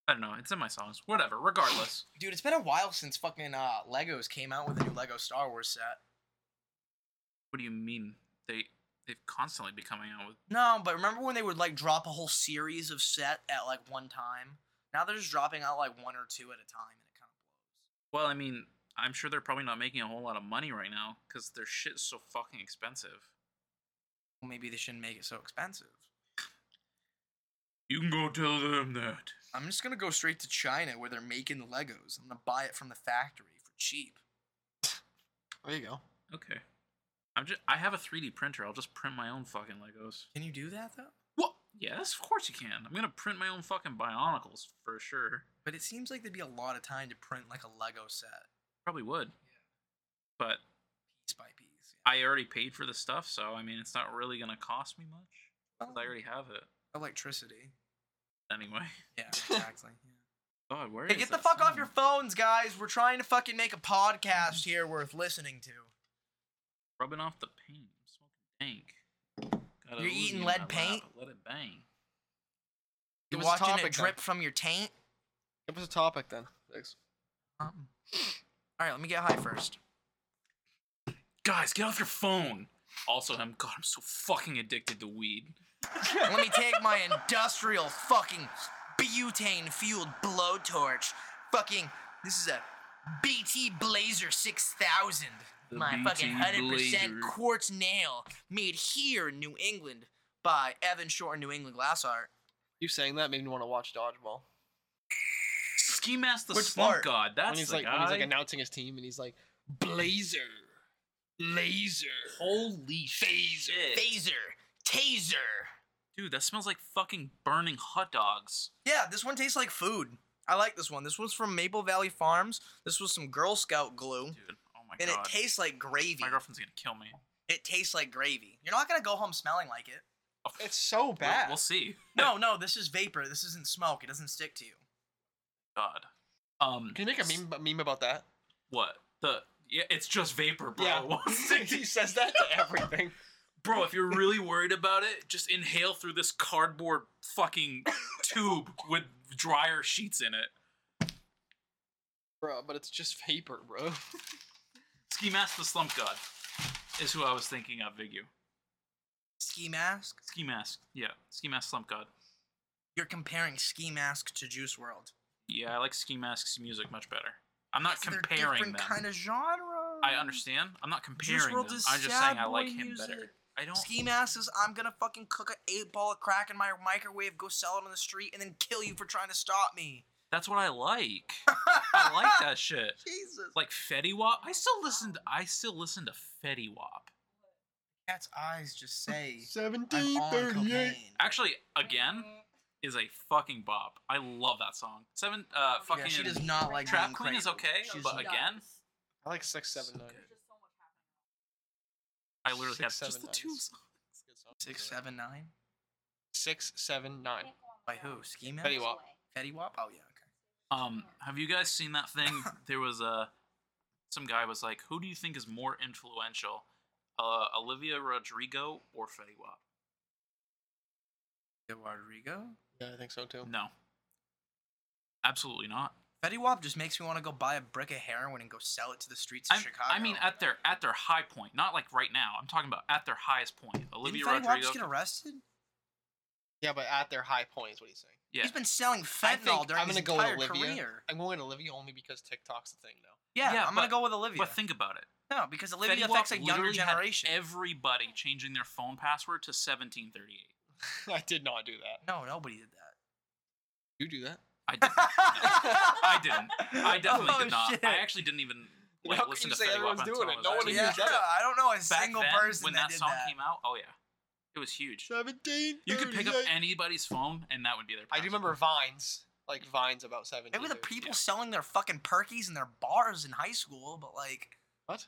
I don't know. It's in my songs. Whatever. Regardless. Dude, it's been a while since fucking uh, Legos came out with a new Lego Star Wars set. what do you mean? They they've constantly been coming out with. No, but remember when they would like drop a whole series of set at like one time? Now they're just dropping out like one or two at a time, and it kind of Well, I mean, I'm sure they're probably not making a whole lot of money right now because their shit's so fucking expensive. blows. Well, maybe they shouldn't make it so expensive. You can go tell them that. I'm just gonna go straight to China where they're making the Legos. I'm gonna buy it from the factory for cheap. There you go. Okay. I'm just. I have a 3D printer. I'll just print my own fucking Legos. Can you do that though? What? Yes, of course you can. I'm gonna print my own fucking Bionicles for sure. But it seems like there'd be a lot of time to print like a Lego set Probably would. But piece by piece. I already paid for the stuff, so I mean, it's not really gonna cost me much. 'cause I already have it Electricity. anyway. Yeah, exactly. yeah. God, where Hey, is get the that fuck off song? your phones, guys. We're trying to fucking make a podcast here worth listening to. Rubbing off the paint. I'm smoking dank. Got a You're Uzi eating in lead my lap, paint? Let it bang. Give You're us a watching it topic, drip then. from your taint. Give us a topic then. Thanks. Um, all right, let me get high first. Guys, get off your phone. Also, I'm God. I'm so fucking addicted to weed. let me take my industrial fucking butane fueled blowtorch. Fucking, this is a BT Blazer 6000. The my fucking BT 100% Blazer. quartz nail made here in New England by Evan Shore and New England Glass Art. You saying that made me want to watch dodgeball. Ski Mask the Which Slump part? God. That's when he's the like guy. when he's like announcing his team and he's like Blazer, Laser, Holy shit. Phaser. Taser. Dude, that smells like fucking burning hot dogs. Yeah, this one tastes like food. I like this one. This one's from Maple Valley Farms. This was some Girl Scout glue. Dude, oh my and god. it tastes like gravy. my girlfriend's gonna kill me. It tastes like gravy. You're not gonna go home smelling like it. It's so We'll- bad. We'll, see. No, no, this is vapor. This isn't smoke. It doesn't stick to you. God. Um. Can you make a meme, a meme about that? What the? Yeah, it's just vapor, bro. It won't stick to he says that to everything. Bro, if you're really worried about it, just inhale through this cardboard fucking tube with dryer sheets in it. bro, but it's just vapor, bro. Ski Mask the Slump God is who I was thinking of, Vigu. Ski mask? Ski Mask. Yeah, Ski Mask Slump God. You're comparing ski mask to Juice World. Yeah, I like Ski Mask's music much better. I'm not They're comparing different them. kind of genre. I understand. I'm not comparing them. World I'm is just sad saying I like boy him music. better. I don't. Ski mask is I'm gonna fucking cook an eight ball of crack in my microwave, go sell it on the street, and then kill you for trying to stop me. That's what I like. I like that shit. Jesus. Like Fetty Wap. I still listen. To, I still listen to Fetty Wap. Cat's eyes just say I'm Seventeen on cocaine. Actually, again is a fucking bop. I love that song. Seven. Uh, Yeah, fucking. Yeah, she does not like Trap being Queen is cradled. okay, She's but not- again, I like six seven nine. good. There's just so much happening. I literally have Six, just the seven two. nines. songs. Six seven nine. Six seven nine. Can't go on By without who? it. Ski mask. Fetty Wap. Fetty Wap. Oh yeah. Okay. Um, have you guys seen that thing? There was a some guy was like, "Who do you think is more influential, uh, Olivia Rodrigo or Fetty Wap?" Yeah, Rodrigo. Yeah, I think so too. No, absolutely not. Fetty Wap just makes me want to go buy a brick of heroin and go sell it to the streets of I'm- Chicago. I mean, uh, at their at their high point, not like right now. I'm talking about at their highest point. didn't Olivia Fetty Wap Rodrigo. just get arrested? Yeah, but at their high point is what he's saying. yeah, He's been selling I think fentanyl during I'm his gonna go with entire Olivia. career. I'm going with Olivia only because TikTok's the thing now. Yeah, Yeah, I'm but- gonna go with Olivia. but think about it. no, because Olivia Fetty affects a Wap younger literally had generation. Everybody changing their phone password to 1738. I did not do that. no, nobody did that. You do that? I did. I didn't. I definitely Oh, did not. shit. I actually didn't even like How can listen to you say Fetty Wap everyone's until doing I it? was No one actually- even yeah, did that. I don't know a Back single then, person when that, that, did song that. came out. Oh yeah, it was huge. Seventeen. You could pick up anybody's phone, and that would be their. I do password. remember Vines, like Vines about seventeen. Maybe the thirty. people selling their fucking perkies in their bars in high school, but like, What?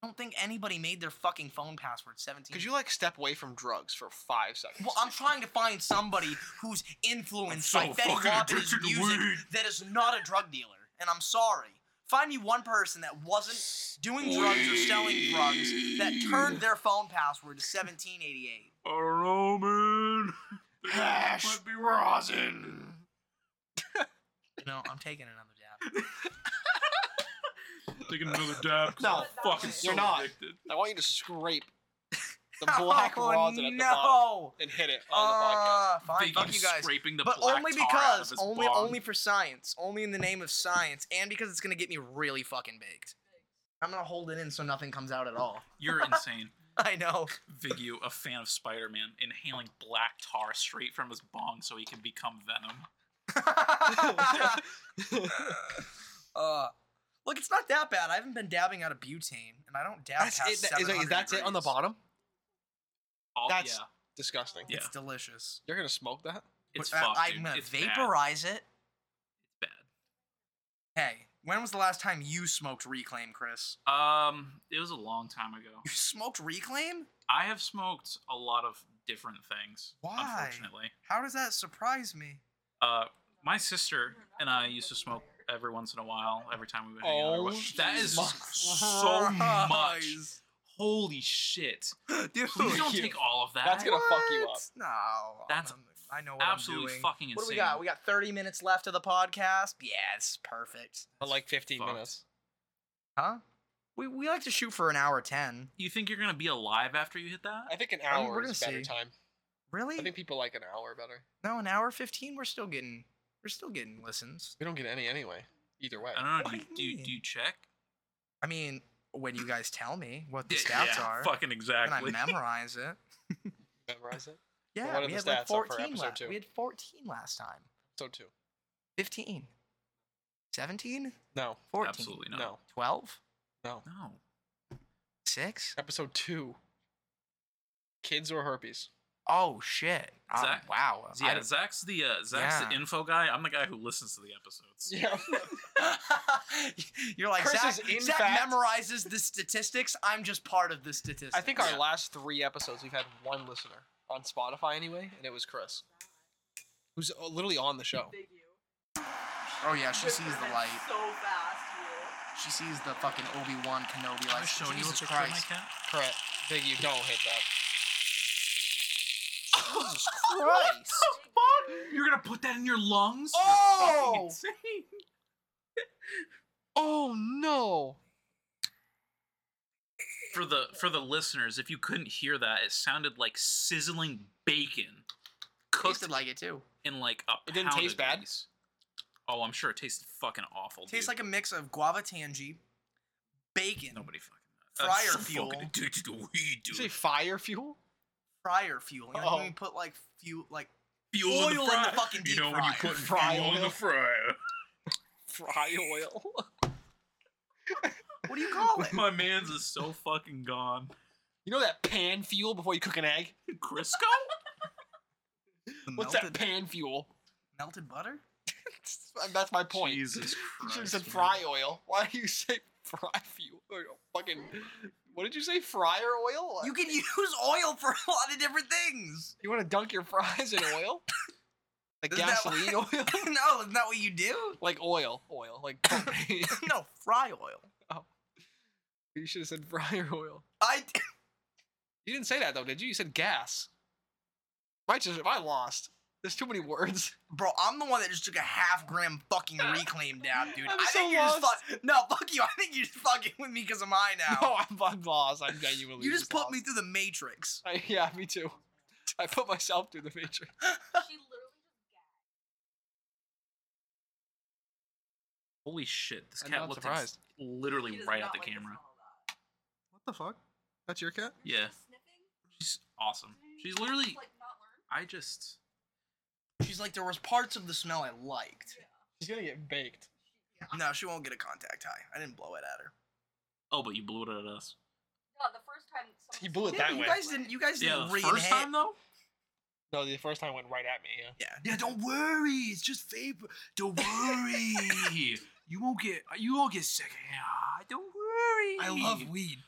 I don't think anybody made their fucking phone password seventeen. Could you like step away from drugs for five seconds? Well, I'm trying to find somebody who's influenced by Fetty Wap and his music that is not a drug dealer. And I'm sorry. Find me one person that wasn't doing drugs or selling drugs that turned their phone password to 1788. A Roman. Hash be rosin. No, I'm taking another dab. Taking another dab. 'cause No, I'm fucking so you're not. addicted. I want you to scrape the black rosin at the bottom Oh, no. and hit it on Uh, Big fine, fuck you guys. Scraping the But black only tar out because, of his only, bong. only for science, only in the name of science, and because it's gonna get me really fucking baked. I'm gonna hold it in so nothing comes out at all. You're insane, I know. Vigu, a fan of Spider-Man, inhaling black tar straight from his bong so he can become Venom. the podcast. uh, look, it's not that bad. I haven't been dabbing out of butane, and I don't dab that's past it. That, is, 700 is that's it on the degrees. bottom? Oh, That's- yeah, Disgusting. Yeah. It's delicious. You're gonna smoke that? it's But uh, I- fucked, I'm dude. gonna It's bad. vaporize it. It's bad. Hey, when was the last time you smoked reclaim, Chris? Um, it was a long time ago. You smoked reclaim? I have smoked a lot of different things. Why? Unfortunately, How does that surprise me? uh, my sister and I used to smoke every once in a while. Every time we would hang out, or Oh, what- that is my so much. Christ. Holy shit! dude. Please don't you. take all of that. That's gonna fuck you what? up. No, That's I'm- I know what absolutely I'm doing. fucking insane. What do we got? We got 30 minutes left of the podcast. Yeah, it's perfect. In like 15 fucked. minutes. Huh? We, we like to shoot for an hour 10. You think you're gonna be alive after you hit that? I think an mean, hour we're is gonna better see. time. Really? I think people like an hour better. no, an hour 15. We're still getting we're still getting listens. We don't get any anyway. Either way. I don't know. What Do you, do do, you you, do you check? I mean, when you guys tell me what the Yeah, stats are, Fucking and I exactly. memorize it. Memorize it. Yeah, what we are the had like stats up for 14 episode last. two? We had 14 last time. So two. 15. 17? No. 14. Absolutely No. not. No. 12? No. 6? Episode two. Kids or herpes. Oh shit. Um, Zach- wow. I Yeah, didn't- Zach's the uh, Zach's the Yeah. info guy. I'm the guy who listens to the episodes. Yeah. You're like Chris Zach, is in Zach fact- memorizes the statistics. I'm just part of the statistics. I think our last three episodes we've had one listener. on Spotify anyway, and it was Chris, who's uh, literally on the show. Thank you. Oh yeah, she Good sees for the him light. So fast, you. She sees the fucking Obi Wan Kenobi Am like I showing you a Jesus picture of my Christ. cat? Correct. Big, you don't hit that. Jesus Christ! You're gonna put that in your lungs? Oh! That's fucking insane. Oh no! For the for the listeners, if you couldn't hear that, it sounded like sizzling bacon cooked Tasted like it too. in like a. It didn't pound taste of bad? grease. Oh, I'm sure it tasted fucking awful. Tastes dude. like a mix of guava tangy, bacon, nobody fucking. Fryer I'm so fuel. fucking addicted to weed, Did dude. you say fire fuel? fryer fuel. You know, Oh. when you put like fuel, like fuel oil in the fryer. fucking You deep know when you fryer. put Fry fuel in oil. the fryer. Fry oil. what do you call it? My man's is so fucking gone. You know that pan fuel before you cook an egg? Crisco? The What's melted, that pan fuel? Melted butter? That's my point. Jesus You Christ. should have said man. fry oil. Why do you say fry fuel? Or fucking. What did you say? Fryer oil? You You, can use oil for a lot of different things. want to dunk your fries in oil? Like Isn't that gasoline oil? no, isn't that what you do? like oil. Oil. Like propane. No, fry oil. you should have said fryer oil. I You didn't say that though, did you? You said gas. Righteous. I lost. There's too many words. Bro, I'm the one that just took a half gram fucking reclaim down, dude. i I'm so think you're just lost. fuck. No, fuck you. I think you're just fucking with me because I'm high now. No, I'm, I'm lost. I'm genuinely. you just put me lost. through the matrix. I, yeah, me too. I put myself through the matrix. She literally just gagged. Holy shit, this I'm cat not looked surprised. at, literally He does right not at the like camera. smell of that. What the fuck? That's your cat? Yeah. She's Sniffing. She's awesome. She's literally. Like not I learned. just. She's like, there was parts of the smell I liked. She's gonna get baked. No, she won't get a contact high. I didn't blow it at her. Oh, but you blew it at us. No, the first time. someone He blew it said- Yeah, that but you way. guys didn't. You guys Yeah, didn't the read first it. time though. No, the first time went right at me. Yeah. Yeah. Yeah. Don't worry. It's just vapor. Don't worry. you won't get. You won't get sick. Yeah, don't worry. I love weed.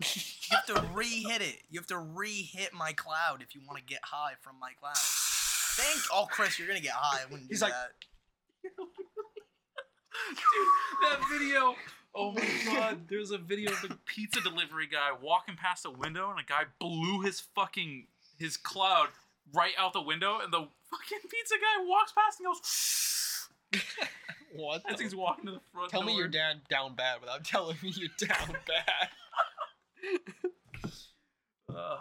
you have to re-hit it. You have to re-hit my cloud if you want to get high from my cloud. Thank. Oh, Chris, you're gonna get high. I wouldn't do He's like- that. that video. Oh my god, there's a video of the pizza delivery guy walking past a window, and a guy blew his fucking his cloud right out the window, and the fucking pizza guy walks past and goes. What? As the- he's walking to the front Tell me door. you're down down bad without telling me you're down bad. Ugh.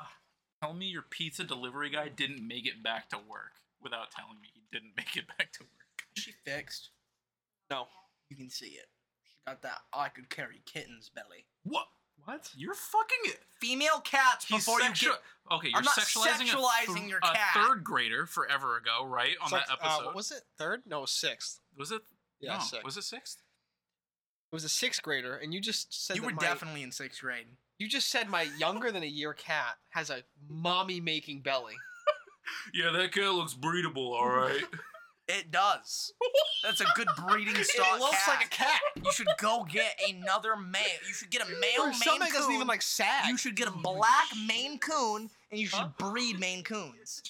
tell me your pizza delivery guy didn't make it back to work without telling me he didn't make it back to work. She fixed. No. You can see it. She got that I could carry kittens belly. What? What? You're fucking it. Female cats He's before sexua- you get. Okay, you're I'm not sexualizing, a, sexualizing th- your a cat. third grader forever ago, right? Oh, On Sex- that Uh, episode. what was, was it? Third? No, sixth. it? Yeah, no, sixth. was it sixth? It was a sixth grader, and you just said You that were my- definitely in sixth grade. You just said my younger than a year cat has a mommy making belly. Yeah, that cat looks breedable, all right. It does. That's a good breeding stock. it looks cat. like a cat. You should go get another male. You should get a male Or some Maine it doesn't Coon. even like sag. you should get a black Maine Coon, and you should Huh? breed Maine Coons.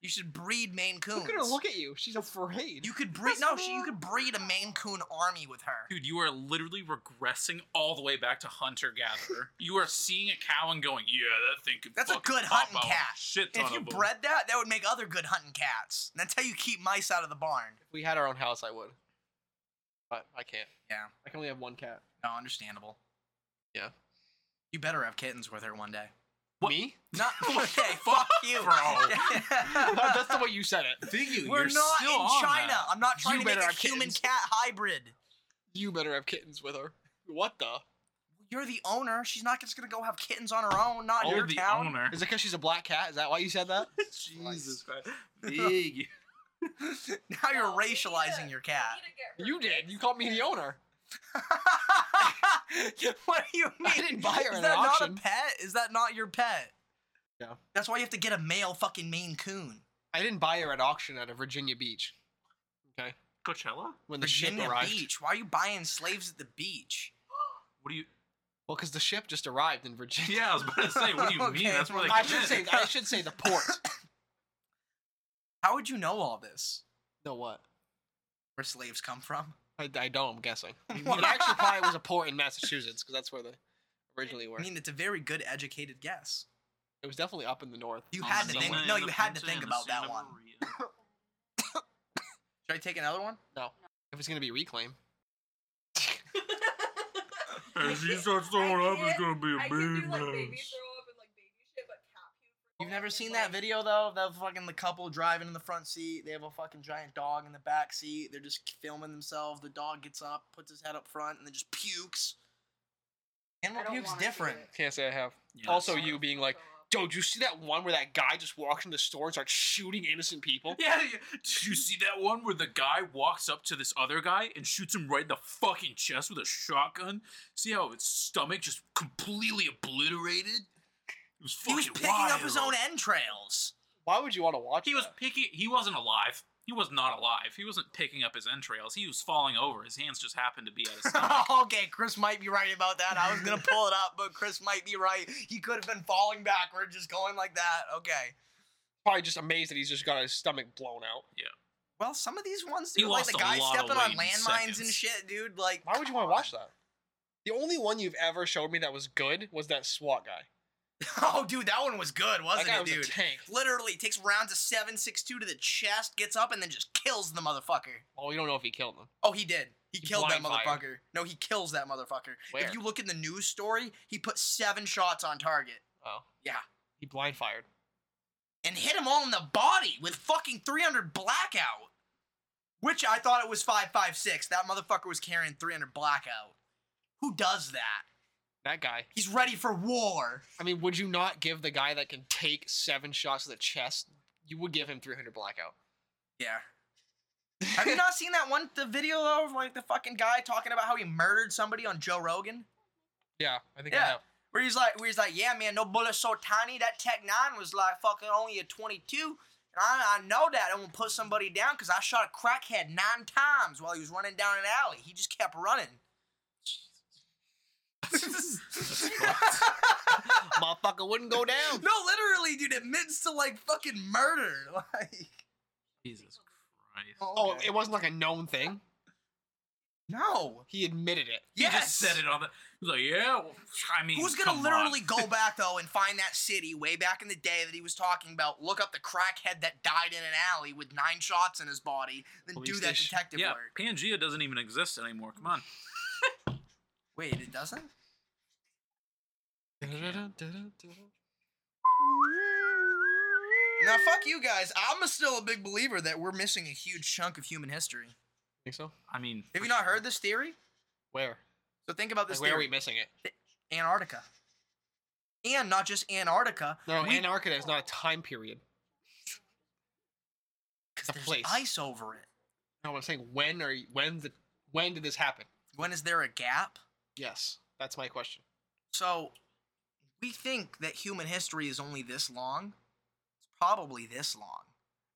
You should breed Maine Coons. Look at her look at you. She's afraid. You could breed. No, she, you could breed a Maine Coon army with her. Dude, you are literally regressing all the way back to hunter gatherer. you are seeing a cow and going, yeah, that thing could That's a fucking good pop hunting out a cat. Shit ton And if you of 'em." bred that, that would make other good hunting cats. And that's how you keep mice out of the barn. if we had our own house, I would. But I can't. Yeah. I can only have one cat. No, understandable. Yeah. You better have kittens with her one day. What? Me? Not okay. fuck you, That's the way you said it. Thank you. We're you're not still in on China. that. I'm not trying You to make better a have human kittens. cat hybrid. You better have kittens with her. What the? You're the owner. She's not just gonna go have kittens on her own. Not in Oh, your the town. owner. Is it because she's a black cat? Is that why you said that? Jesus Christ. Big. Now you're No, we need to- racializing your cat. we need to get her You did. fixed. You called me the owner. what do you mean? I didn't buy her Is at that an not a auction. pet? Is that not your pet? No. That's why you have to get a male fucking Maine Coon. I didn't buy her at auction out of Virginia Beach. Okay. Coachella? When the ship Virginia arrived. Beach. Why are you buying slaves at the beach? What do you? Well, because the ship just arrived in Virginia. Yeah, I was about to say, what do you Okay. mean? That's where they I come should in. say I should say the port. How would you know all this? no, what? Where slaves come from? I, I don't. I'm guessing. I mean, What? it actually probably was a port in Massachusetts because that's where they originally were. I mean, it's a very good educated guess. it was definitely up in the north. You On had the to think. Santa No, you had to Pinta and think the about that Santa one. Maria. Should I take another one? If it's gonna be reclaim, If she starts throwing up, it's gonna be I can do like baby throw up and like baby shit, but cat puke. for You've all never is, seen like- that video though of that fucking the couple driving in the front seat. They have a fucking giant dog in the back seat. They're just filming themselves. The dog gets up, puts his head up front, and then just pukes. Animal I don't puke's wanna see different. it. can't say I have. Yeah, also, that's- you being like, "Yo, do you see that one where that guy just walks into the store and starts shooting innocent people?" Yeah, yeah. Did you see that one where the guy walks up to this other guy and shoots him right in the fucking chest with a shotgun? See how his stomach just completely obliterated? It was He fucking was picking wild. up his own entrails. Why would you want to watch? He was that? picking. He wasn't alive. He was not alive. He wasn't picking up his entrails. He was falling over. His hands just happened to be at his stomach. okay, Chris might be right about that. I was gonna pull it up, but Chris might be right. He could have been falling backward, just going like that. Okay. probably just amazed that he's just got his stomach blown out. Well, some of these ones, He dude, like lost the a guy lot of stepping on weight in landmines and seconds. shit, dude. Like, Why would you want to watch that? The only one you've ever showed me that was good was that SWAT guy. oh, dude, that one was good, That wasn't guy it, was dude? a tank. Literally takes rounds of seven six two to the chest, gets up, and then just kills the motherfucker. Well, we don't know if he killed him. Oh, he did. He, He killed that blind motherfucker. fired. No, he kills that motherfucker. Where? If you look in the news story, he put seven shots on target. Oh. Yeah. He blind fired. and hit him all in the body with fucking 300 blackout. Which I thought it was 556. That motherfucker was carrying 300 blackout. Who does that? That guy. He's ready for war. I mean, would you not give the guy that can take seven shots to the chest? You would give him 300 blackout. Yeah. Have you not seen that one the video though of like the fucking guy talking about how he murdered somebody on Joe Rogan? Yeah, I think I Yeah. have. Where he's like where he's like, Yeah man, no bullet so tiny. That Tech 9 was like fucking only a twenty two. And I, I know that I'm gonna put somebody down because I shot a crackhead nine times while he was running down an alley. He just kept running. Motherfucker wouldn't go down. No, literally, dude, admits to like fucking murder. Like, Jesus Christ. Oh, it wasn't like a known thing. no. He admitted it. Yes. He just said it on the. He was like, yeah. Well, I mean, Who's gonna come literally on. go back though and find that city way back in the day that he was talking about? Look up the crackhead that died in an alley with nine shots in his body, then Police do that station. detective Yeah, work. Pangea doesn't even exist anymore. Come on. Wait, it doesn't. Now, fuck you guys. I'm still a big believer that we're missing a huge chunk of human history. Think so? I mean, Have you not heard this theory? Where? So think about Like, this where are we theory: missing it? Antarctica, and not just Antarctica, No, We- Antarctica is not a time period. It's a there's place. ice over it. No, I'm saying when are you, when the when did this happen? When is there a gap? Yes, that's my question. So we think that human history is only this long. It's probably this long.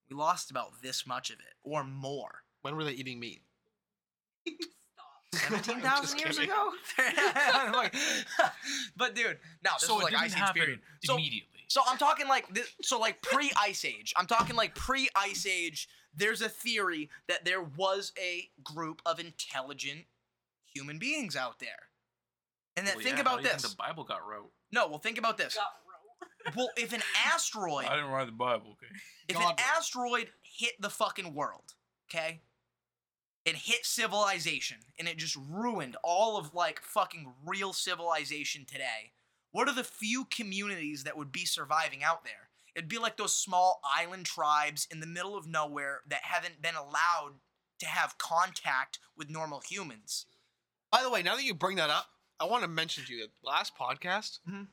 We lost about this much of it, or more. When were they eating meat? Stop. Seventeen 10,000 years ago? Like, but dude, no, this so was it like didn't Ice Age happen period. So, immediately. so I'm talking like this, so like pre-Ice Age. I'm talking like pre-Ice Age. There's a theory that there was a group of intelligent human beings out there. And that Well, think yeah, how about do you think this. the Bible got wrote. No, well, think about this. Got rope. Well, if an asteroid, didn't write the Bible. Okay. if an God, bro. asteroid hit the fucking world, okay, it hit civilization and it just ruined all of like fucking real civilization today. What are the few communities that would be surviving out there? It'd be like those small island tribes in the middle of nowhere that haven't been allowed to have contact with normal humans. By the way, now that you bring that up, I want to mention to you that last podcast, Mhm.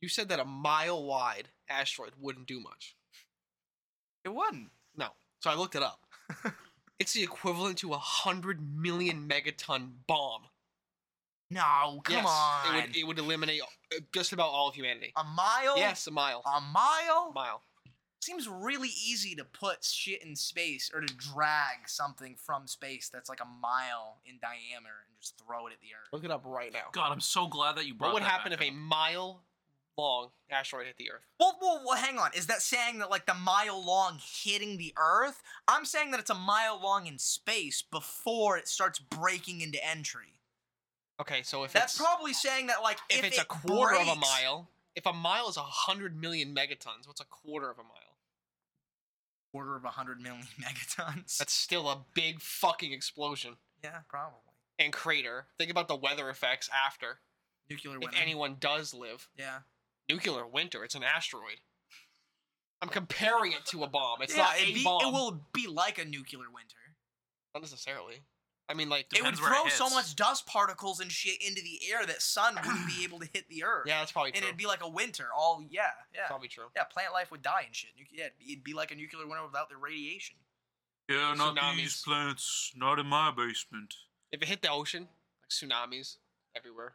you said that a mile wide asteroid wouldn't do much. It wouldn't. No, so I looked it up. it's the equivalent to a hundred million megaton bomb. No, come Yes, on. it would, e it would eliminate uh, just about all of humanity. a mile. Yes, a mile, A mile. mile. seems really easy to put shit in space or to drag something from space that's like a mile in diameter and just throw it at the earth. Look it up right now. God, I'm so glad that you brought. What would that happen if back a up. mile long asteroid hit the Earth? Well, well, well, hang on. Is that saying that like the mile long hitting the earth? I'm saying that it's a mile long in space before it starts breaking into entry. Okay, so if That's it's, probably saying that like if, if, it's it a quarter of a breaks- mile, if a mile is a hundred million megatons, what's a quarter of a mile? quarter of a hundred million megatons. That's still a big fucking explosion yeah, probably and crater. Think about the weather effects after. nuclear If winter. anyone does live, yeah, nuclear winter. It's an asteroid. I'm comparing it to a bomb. It's Yeah, not it'd a be- bomb. It will be like a nuclear winter. not necessarily. I mean, like Depends it would where it throw hits. so much dust particles and shit into the air that sun wouldn't be able to hit the earth. yeah, that's probably and true. it'd be like a winter. All yeah, yeah, probably true. yeah. Plant life would die and shit. Nuc- Yeah, it'd be, it'd be like a nuclear winter without the radiation. Yeah, not Tsunamis. these plants. Not in my basement. If it hit the ocean, like tsunamis everywhere.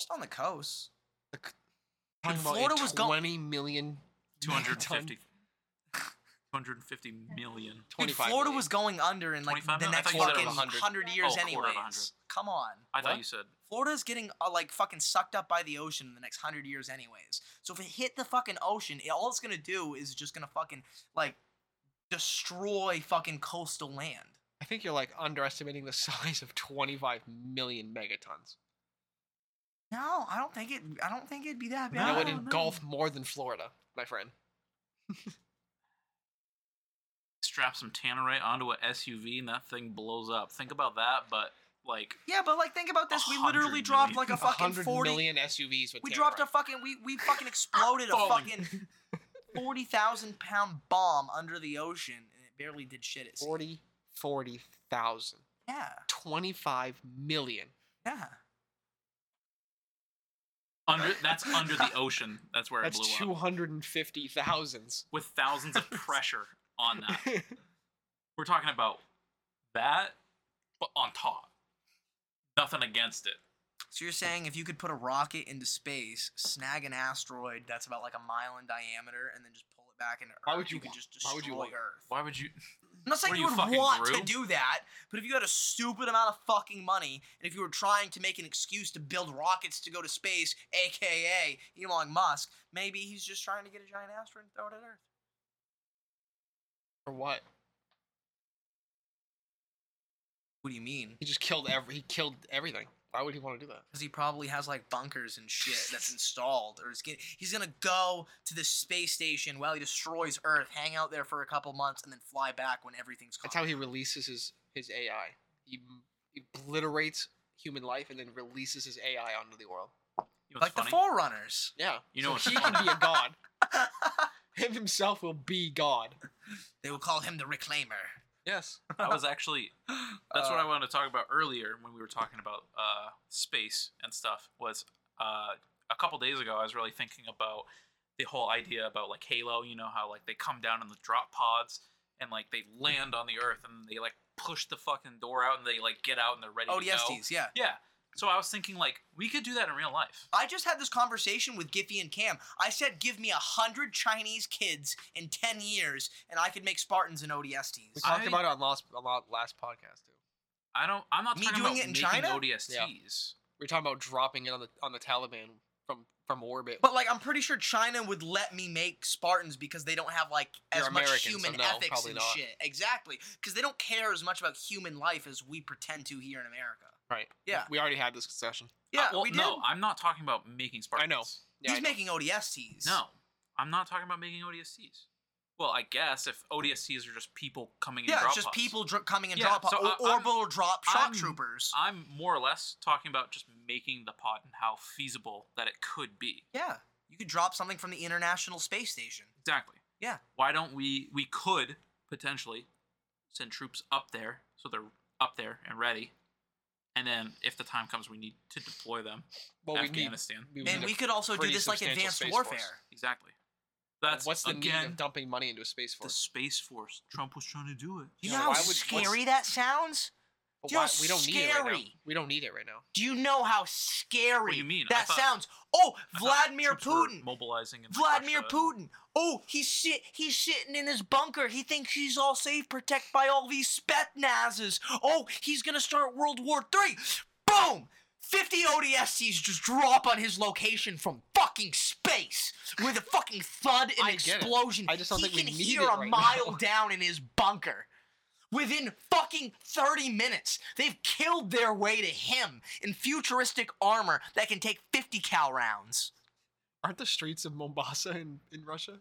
Just on the coast. Dude, Talking about a Florida was go- 20 million 250. megaton- 250 million. 25 Dude, Florida million. was going under in like 25 the million? I next thought you said it fucking was 100. hundred years, Oh, quarter of anyways. 100. Come on. I What? thought you said. Florida's getting uh, like fucking sucked up by the ocean in the next hundred years, anyways. So if it hit the fucking ocean, it, all it's gonna do is just gonna fucking like destroy fucking coastal land. I think you're like underestimating the size of 25 million megatons. No, I don't think it. I don't think it'd be that No, bad. that would no. engulf more than Florida, my friend. Strap some tannerite onto a SUV and that thing blows up. Think about that, but like yeah, but like, think about this. We literally 100 dropped million. like a A fucking hundred forty. million SUVs with We dropped a terrorite. fucking. We we fucking exploded a Falling. fucking forty thousand pound bomb under the ocean, and it barely did shit. It's 40 40,000. yeah, 25 million. yeah. under that's under the ocean. That's where it That's blew up. 250 thousands. With thousands of pressure on that. We're talking about that, but on top. Nothing against it. So you're saying if you could put a rocket into space, snag an asteroid that's about like a mile in diameter, and then just pull it back into Earth, Why would you could want- just destroy why would you want- Earth. Why would you? I'm not saying What are you you, would fucking want to Gru? do that, but if you had a stupid amount of fucking money, and if you were trying to make an excuse to build rockets to go to space, aka Elon Musk, maybe he's just trying to get a giant asteroid and throw it at Earth. Or what? What do you mean? He just killed every. He killed everything. Why would he want to do that? Because he probably has like bunkers and shit that's installed, or he's gonna, he's gonna go to the space station while he destroys Earth, hang out there for a couple months, and then fly back when everything's calm. That's how he releases his his AI. He m- obliterates human life and then releases his AI onto the world. You know what's like funny? the Forerunners. Yeah, You know what's So he can funny? be a god. Him himself will be god. They will call him the Reclaimer. Yes. I was actually that's what I wanted to talk about earlier when we were talking about uh, space and stuff. Was uh, a couple days ago I was really thinking about the whole idea about like Halo. You know how like they come down in the drop pods and like they land on the Earth and they like push the fucking door out and they like get out and they're ready. to go. ODSTs, Oh, yeah. Yeah. So I was thinking like we could do that in real life. I just had this conversation with Giphy and Cam. I said, give me a hundred Chinese kids in ten years, and I could make Spartans and We ODSTs. talked I- about it on last on la- last podcast too. I don't. I'm not Me talking doing about it in making China? ODSTs. We were talking about dropping it on the on the Taliban from from orbit. But like, I'm pretty sure China would let me make Spartans because they don't have like as They're much American, human so no, ethics probably and not. shit. Exactly, because they don't care as much about human life as we pretend to here in America. right. Yeah. We already had this discussion. Yeah, Uh, well, we did. no, I'm not talking about making Spartans. I know. Yeah, He's I know. making ODSTs. No, I'm not talking about making ODSTs. Well, I guess if ODSTs are just people coming in, Yeah, drop it's just pods. people dr- coming and Yeah, drop so or- I- I'm- orbital drop shot I'm- troopers. I'm more or less talking about just making the pod and how feasible that it could be. yeah, you could drop something from the International Space Station. Exactly. Yeah. Why don't we? We could potentially send troops up there so they're up there and ready, and then if the time comes, we need to deploy them. Well, we need, Afghanistan. we And need we a- could also do pretty this like substantial advanced space force. warfare. Exactly. That's What's the again need of dumping money into a space the force? space force. Trump was trying to do it. You Yeah, know how why would- what's- scary that sounds? But You're why, we don't need it right now. scary. We don't need it right now. Do you know how scary you mean? I that thought- sounds? Oh, I thought Vladimir troops were Putin. mobilizing in Vladimir Russia. Putin. Oh, he's sit he's sitting in his bunker. He thinks he's all safe, protected by all these Spetsnazes. Oh, he's gonna start World War Three. Boom! 50 ODSCs just drop on his location from fucking space with a fucking thud and I get it. explosion. I just don't he think we can need hear it a right mile now. down in his bunker. Within fucking 30 minutes, they've killed their way to him in futuristic armor that can take 50 cal rounds. Aren't the streets of Mombasa in, in Russia?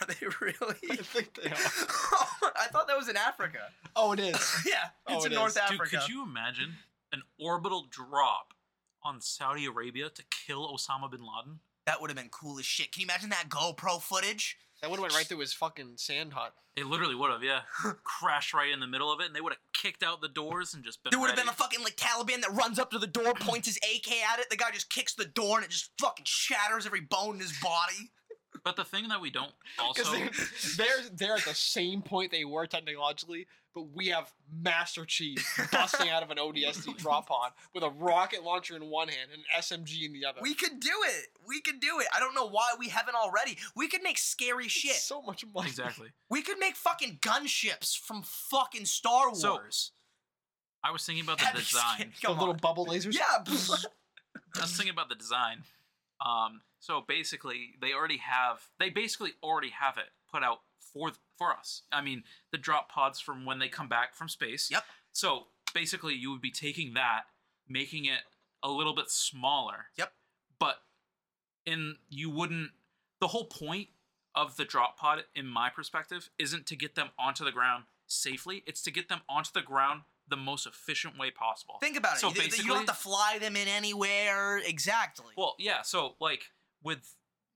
Are they really? think they I thought that was in Africa. Oh, it is. Yeah, Oh, it's it in is. North Dude, Dude, Africa. could you imagine an orbital drop on Saudi Arabia to kill Osama bin Laden? That would have been cool as shit. Can you imagine that GoPro footage? That would have went right through his fucking sand hut. They literally would have, yeah. Crashed right in the middle of it, and they would have kicked out the doors and just been. There would have ready. been a fucking like Taliban that runs up to the door, points his AK at it. The guy just kicks the door and it just fucking shatters every bone in his body. But the thing that we don't also Because they're, they're at the same point they were technologically, but we have Master Chief busting out of an ODST drop pod with a rocket launcher in one hand and an SMG in the other. We could do it. We could do it. I don't know why we haven't already. We could make scary It's shit. So much money. exactly. We could make fucking gunships from fucking Star Wars. So, I was thinking about the That'd be design. scary. The Come little on. bubble lasers. Yeah. I was thinking about the design. Um, so basically, they already have. They basically already have it put out for for us. I mean, the drop pods from when they come back from space. Yep. So basically, you would be taking that, making it a little bit smaller. Yep. But in you wouldn't. The whole point of the drop pod, in my perspective, isn't to get them onto the ground safely. It's to get them onto the ground the most efficient way possible. Think about it. So you, you don't have basically- to fly them in anywhere. Exactly. Well, yeah. So like with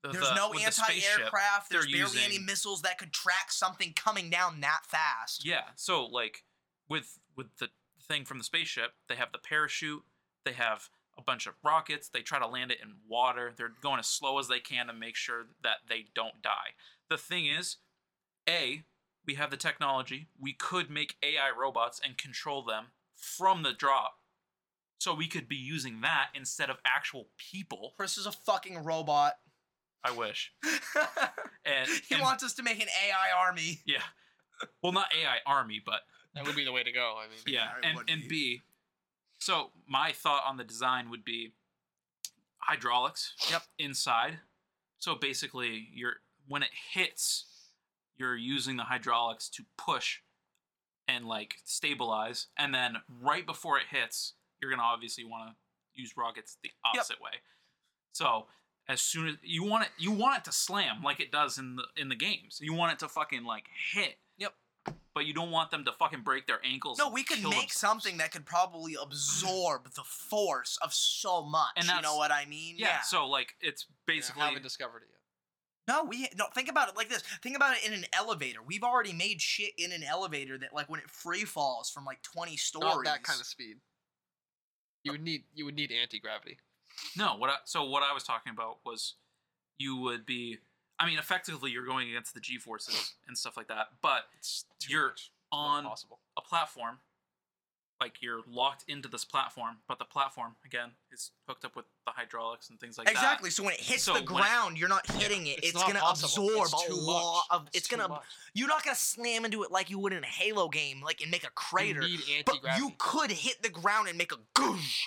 the, There's the- no with the spaceship, anti-aircraft. they're There's barely any using- missiles that could track something coming down that fast. yeah. So like with with the thing from the spaceship, they have the parachute. They have a bunch of rockets. They try to land it in water. They're going as slow as they can to make sure that they don't die. The thing is, a we have the technology. We could make AI robots and control them from the drop. So we could be using that instead of actual people. Chris is a fucking robot. I wish. And he and- wants us to make an AI army. Yeah. Well, not AI army, but That would be the way to go. I mean, yeah. Yeah, it And would and be. B. So my thought on the design would be hydraulics. Yep. Inside. So basically, you're when it hits, you're using the hydraulics to push and like stabilize, and then right before it hits, you're gonna obviously want to use rockets the opposite way. So as soon as you want it, you want it to slam like it does in the in the games. You want it to fucking like hit. Yep. But you don't want them to fucking break their ankles. No, and we could kill make themselves. something that could probably absorb the force of so much. And you that's- know what I mean? Yeah, So like it's basically I haven't discovered it yet. No, we no. Think about it like this. Think about it in an elevator. We've already made shit in an elevator that, like, when it free falls from like twenty stories, Oh, Not that kind of speed. You would need you would need anti gravity. no. What I, so what I was talking about was you would be. I mean, effectively, you're going against the G forces and stuff like that, but It's You're much. It's not on possible. a platform like you're locked into this platform but the platform again is hooked up with the hydraulics and things like exactly. So when it hits So the when it- ground, you're not hitting it. It's, not gonna possible. absorb It's a too lot much. of. It's, gonna. too much. You're not gonna slam into it like you would in a Halo game, like and make a crater. You need But anti gravity. you could hit the ground and make a goosh.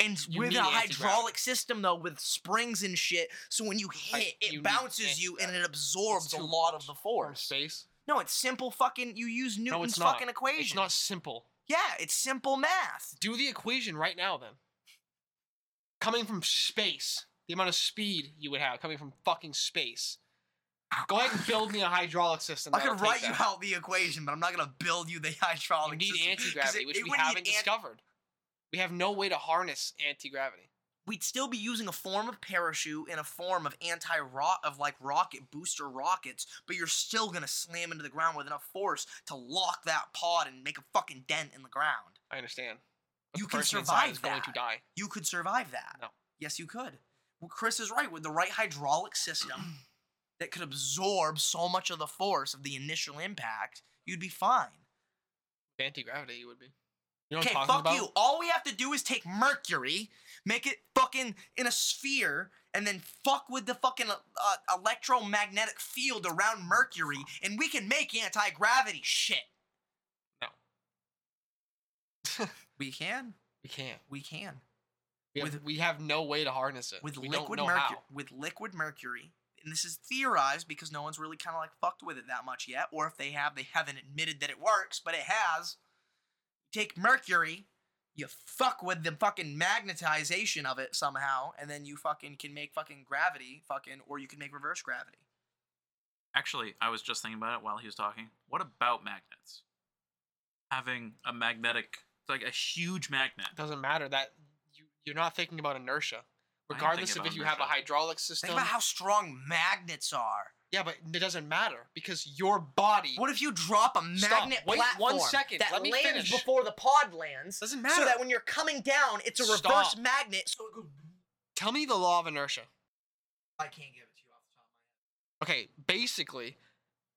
And You with need a hydraulic anti-gravity. system though, with springs and shit, so when you I- hit, it you need bounces you and it anti-gravity. absorbs It's a too lot much. of the force. space. No, it's simple fucking. You use Newton's it's not. fucking equation. It's not simple. Yeah, it's simple math. Do the equation right now then. Coming from space, the amount of speed you would have coming from fucking space. Go ahead and build me a hydraulic system. I that'll could take write you that. out the equation, but I'm not gonna build you the We hydraulic need system, 'cause anti gravity, it- which it we wouldn't haven't need anti- discovered. We have no way to harness anti gravity. we'd still be using a form of parachute and a form of anti rock of like rocket booster rockets, but you're still gonna slam into the ground with enough force to lock that pod and make a fucking dent in the ground. I understand. You the can person inside is survive going to that. die. You could survive that. No. Yes, you could. Well, Chris is right. With the right hydraulic system that could absorb so much of the force of the initial impact, you'd be fine. Anti gravity, you would be. You know what Okay, I'm talking fuck about? you. All we have to do is take mercury, make it fucking in a sphere, and then fuck with the fucking uh, electromagnetic field around mercury, and we can make anti gravity shit. No. we can. We can't. We can. We have, With- we have no way to harness it. With we don't liquid know mercury. how. With liquid mercury. And this is theorized because no one's really kind of like fucked with it that much yet, or if they have, they haven't admitted that it works, but it has. Take mercury, you fuck with the fucking magnetization of it somehow, and then you fucking can make fucking gravity, fucking, or you can make reverse gravity. Actually, I was just thinking about it while he was talking. What about magnets? Having a magnetic, like a huge magnet. It doesn't matter that you, you're not thinking about inertia. I am Regardless thinking of about if you have a inertia. hydraulic system. Think about how strong magnets are. yeah, but it doesn't matter because your body What if you drop a magnet Stop. Wait platform one second. that Let me lands finish. before the pod lands, doesn't matter. so that when you're coming down, it's a reverse Stop. magnet, so it goes Tell me the law of inertia. I can't give it to you off the top of my head. Okay, basically,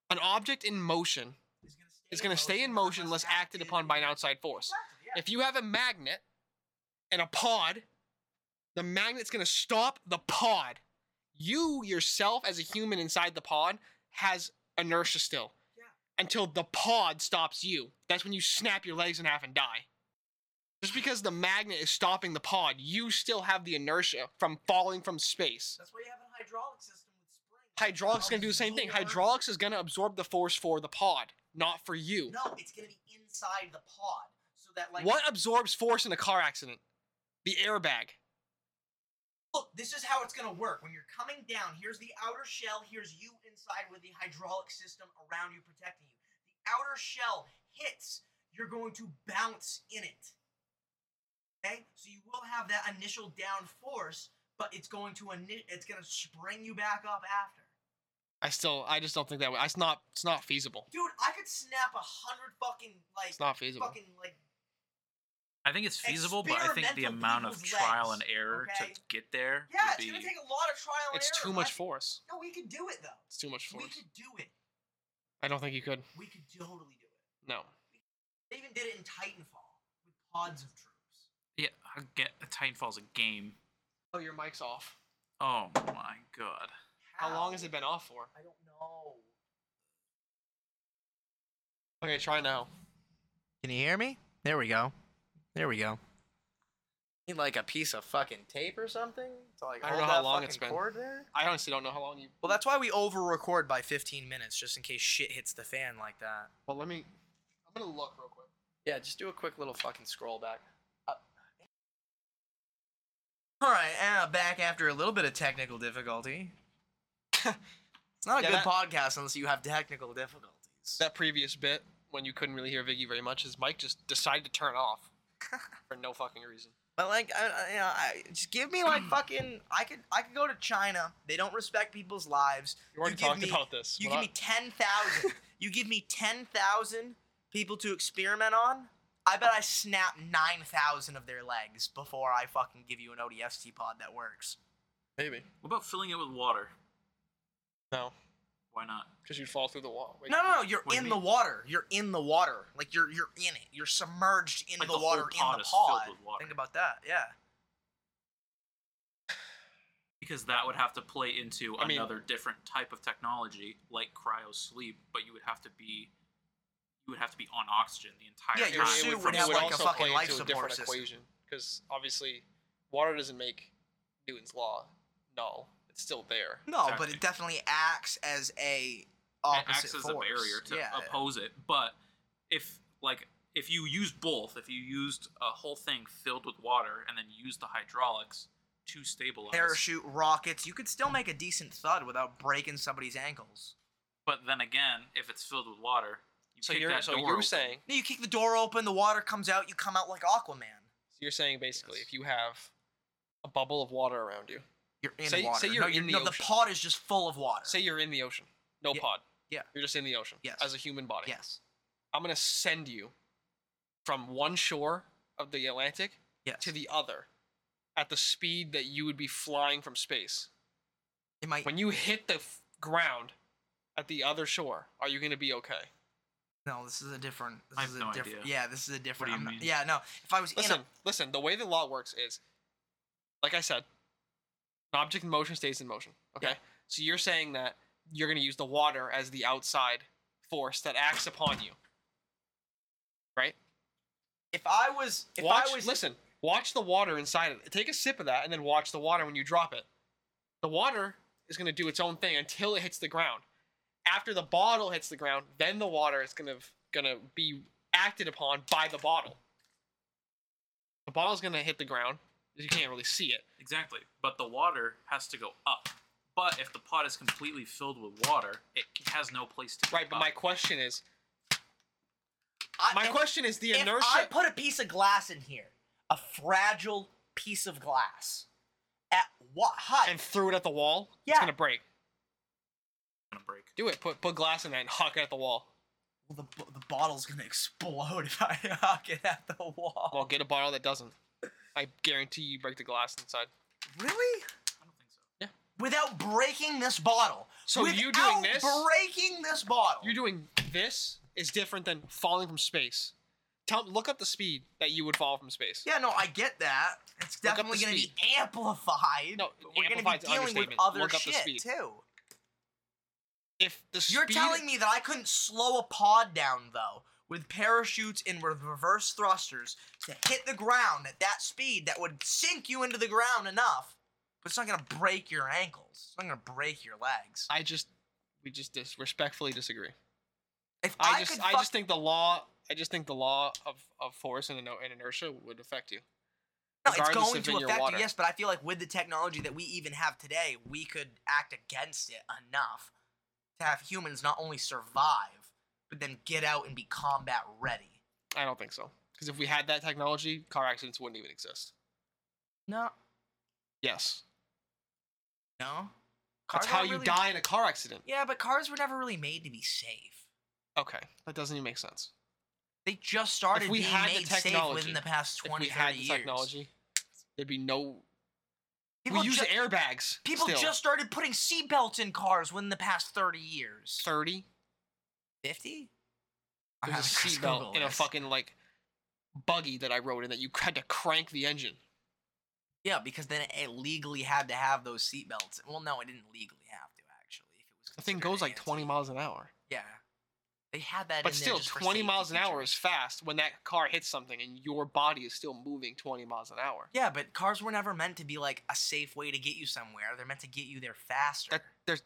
an object in motion It's gonna stay, is going to stay in motion unless acted upon by an outside force. Exactly, yeah. If you have a magnet and a pod, the magnet's going to stop the pod. You yourself, as a human inside the pod, has inertia still. Yeah. Until the pod stops you. That's when you snap your legs in half and die. Just because the magnet is stopping the pod, you still have the inertia from falling from space. That's why you have a hydraulic system with springs. Hydraulics is going to do the same thing. Hydraulics is going to absorb the force for the pod, not for you. No, it's gonna be inside the pod, so that like what absorbs force in a car accident? The airbag. Look, this is how it's gonna work. When you're coming down, here's the outer shell. Here's you inside with the hydraulic system around you protecting you. The outer shell hits. You're going to bounce in it. Okay, so you will have that initial down force, but it's going to ini- it's gonna spring you back up after. I still, I just don't think that way. It's not, it's not feasible. Dude, I could snap a hundred fucking like It's not feasible. fucking like I think it's feasible, but I think the Experimental amount of people's trial legs, and error okay? to get there yeah, would it's be. gonna take a lot of trial and It's error. too much I- force. No, we could do it though. It's too much We force. could do it. I don't think you could. We could totally do it. No. They even did it in Titanfall with pods of troops. yeah, I get Titanfall's a game. Oh, your mic's off. Oh my god. How long has it been off for? I don't know. Okay, try now. Can you hear me? There we go. There we go. Need like a piece of fucking tape or something to like I don't hold know how that long it's fucking been. cord there? I honestly don't know how long you. Well, that's why we over-record by 15 minutes, just in case shit hits the fan like that. Well, let me. I'm gonna look real quick. Yeah, just do a quick little fucking scroll back. All right, uh, back after a little bit of technical difficulty. it's not a Yeah, good that- podcast unless you have technical difficulties. That previous bit when you couldn't really hear Viggy very much, his mic just decided to turn off for no fucking reason. but like, I, I, you know, I, just give me like fucking. I could I could go to China. They don't respect people's lives. You already give talked me- about this. You We're give not- me ten thousand. you give me ten thousand people to experiment on. I bet I snap nine thousand of their legs before I fucking give you an ODST pod that works. Maybe. What about filling it with water? No, Why not? because you'd fall through the wall. Wait, No, no, no! You're What do you mean? in the water. You're in the water. Like you're you're in it. You're submerged in Like the, the whole water in pod the is filled pod. with water. Think about that. Yeah. Because that would have to play into I mean- another different type of technology, like cryo sleep. But you would have to be, you would have to be on oxygen the entire Yeah, time. your suit from would it have, the like, sun. a also fucking play into life support different system. equation because obviously water doesn't make Newton's law null. It's still there. No, but Exactly. it definitely acts as a It opposite acts as force. a barrier to yeah. oppose it. But if like if you used both, if you used a whole thing filled with water and then used the hydraulics to stabilize, Parachute rockets. You could still make a decent thud without breaking somebody's ankles. but then again, if it's filled with water, you So kick you're that so door you're open. saying No, you kick the door open, the water comes out, you come out like Aquaman. so you're saying basically Yes. if you have a bubble of water around you, You're in Say- water. say you're no, in the no, ocean. pod is just full of water. say you're in the ocean, no Yeah. pod. Yeah. You're just in the ocean. Yes. As a human body. yes. I'm gonna send you from one shore of the Atlantic Yes. to the other at the speed that you would be flying from space. it might When you hit the f- ground at the other shore, are you gonna be okay? No, this is a different. This I have is a no different. idea. Yeah, this is a different. you I'm not- mean? yeah, no. If I was in Listen, a, listen. The way the law works is, like I said, an object in motion stays in motion. Okay. So you're saying that you're going to use the water as the outside force that acts upon you. if I was, if watch. I was, listen. Watch the water inside it. Take a sip of that, and then watch the water when you drop it. The water is going to do its own thing until it hits the ground. After the bottle hits the ground, then the water is going to going to be acted upon by the bottle. The bottle's going to hit the ground. You can't really see it. Exactly. But the water has to go up. But if the pot is completely filled with water, it has no place to go Right, but my up. question is, I, my Uh, if- question is the if inertia. I put a piece of glass in here, a fragile piece of glass, at what height? and threw it at the wall. Yeah. It's gonna break. gonna break. Do it. Put put glass in that and huck it at the wall. well, the, bo- the bottle's gonna explode if I knock it at the wall. Well, get a bottle that doesn't. I guarantee you break the glass inside. Really? I don't think so. Without breaking this bottle. So Without you doing this? Breaking this bottle. You doing this is different than falling from space. Tell look up the speed that you would fall from space. yeah, no, I get that. It's Look up definitely the gonna speed. be amplified. No, but we're gonna be amplified's dealing with understatement. other Look up the shit speed. too. If the You're speed- telling me that I couldn't slow a pod down though with parachutes and with reverse thrusters to hit the ground at that speed that would sink you into the ground enough, but it's not gonna break your ankles. It's not gonna break your legs. I just we just dis- respectfully disagree. If I, I, just could I fuck- just think the law I just think the law of, of force and, ino- and inertia would affect you. no, it's regardless going of to in your affect water. you, yes, but I feel like with the technology that we even have today, we could act against it enough to have humans not only survive, but then get out and be combat ready. I don't think so. Because if we had that technology, car accidents wouldn't even exist. No. Yes. No. That's how aren't you really- die in a car accident. Yeah, but cars were never really made to be safe. Okay. That doesn't even make sense. They just started we being had the made safe technology, within the past 20, if we had 30 the years. technology, there'd be no. People, we use ju- airbags. people still. just started putting seatbelts in cars within the past 30 years. 30. 50? There's a seatbelt in a fucking, like, buggy that I rode in that you had to crank the engine. Yeah, because then it legally had to have those seatbelts. Well, no, it didn't legally have to, actually. If it was The thing considered goes like anti- 20 miles an hour. Yeah. They had that But in there still, just for 20 safety miles an hour is features. fast when that car hits something and your body is still moving 20 miles an hour. Yeah, but cars were never meant to be like a safe way to get you somewhere. They're meant to get you there faster. That, there's.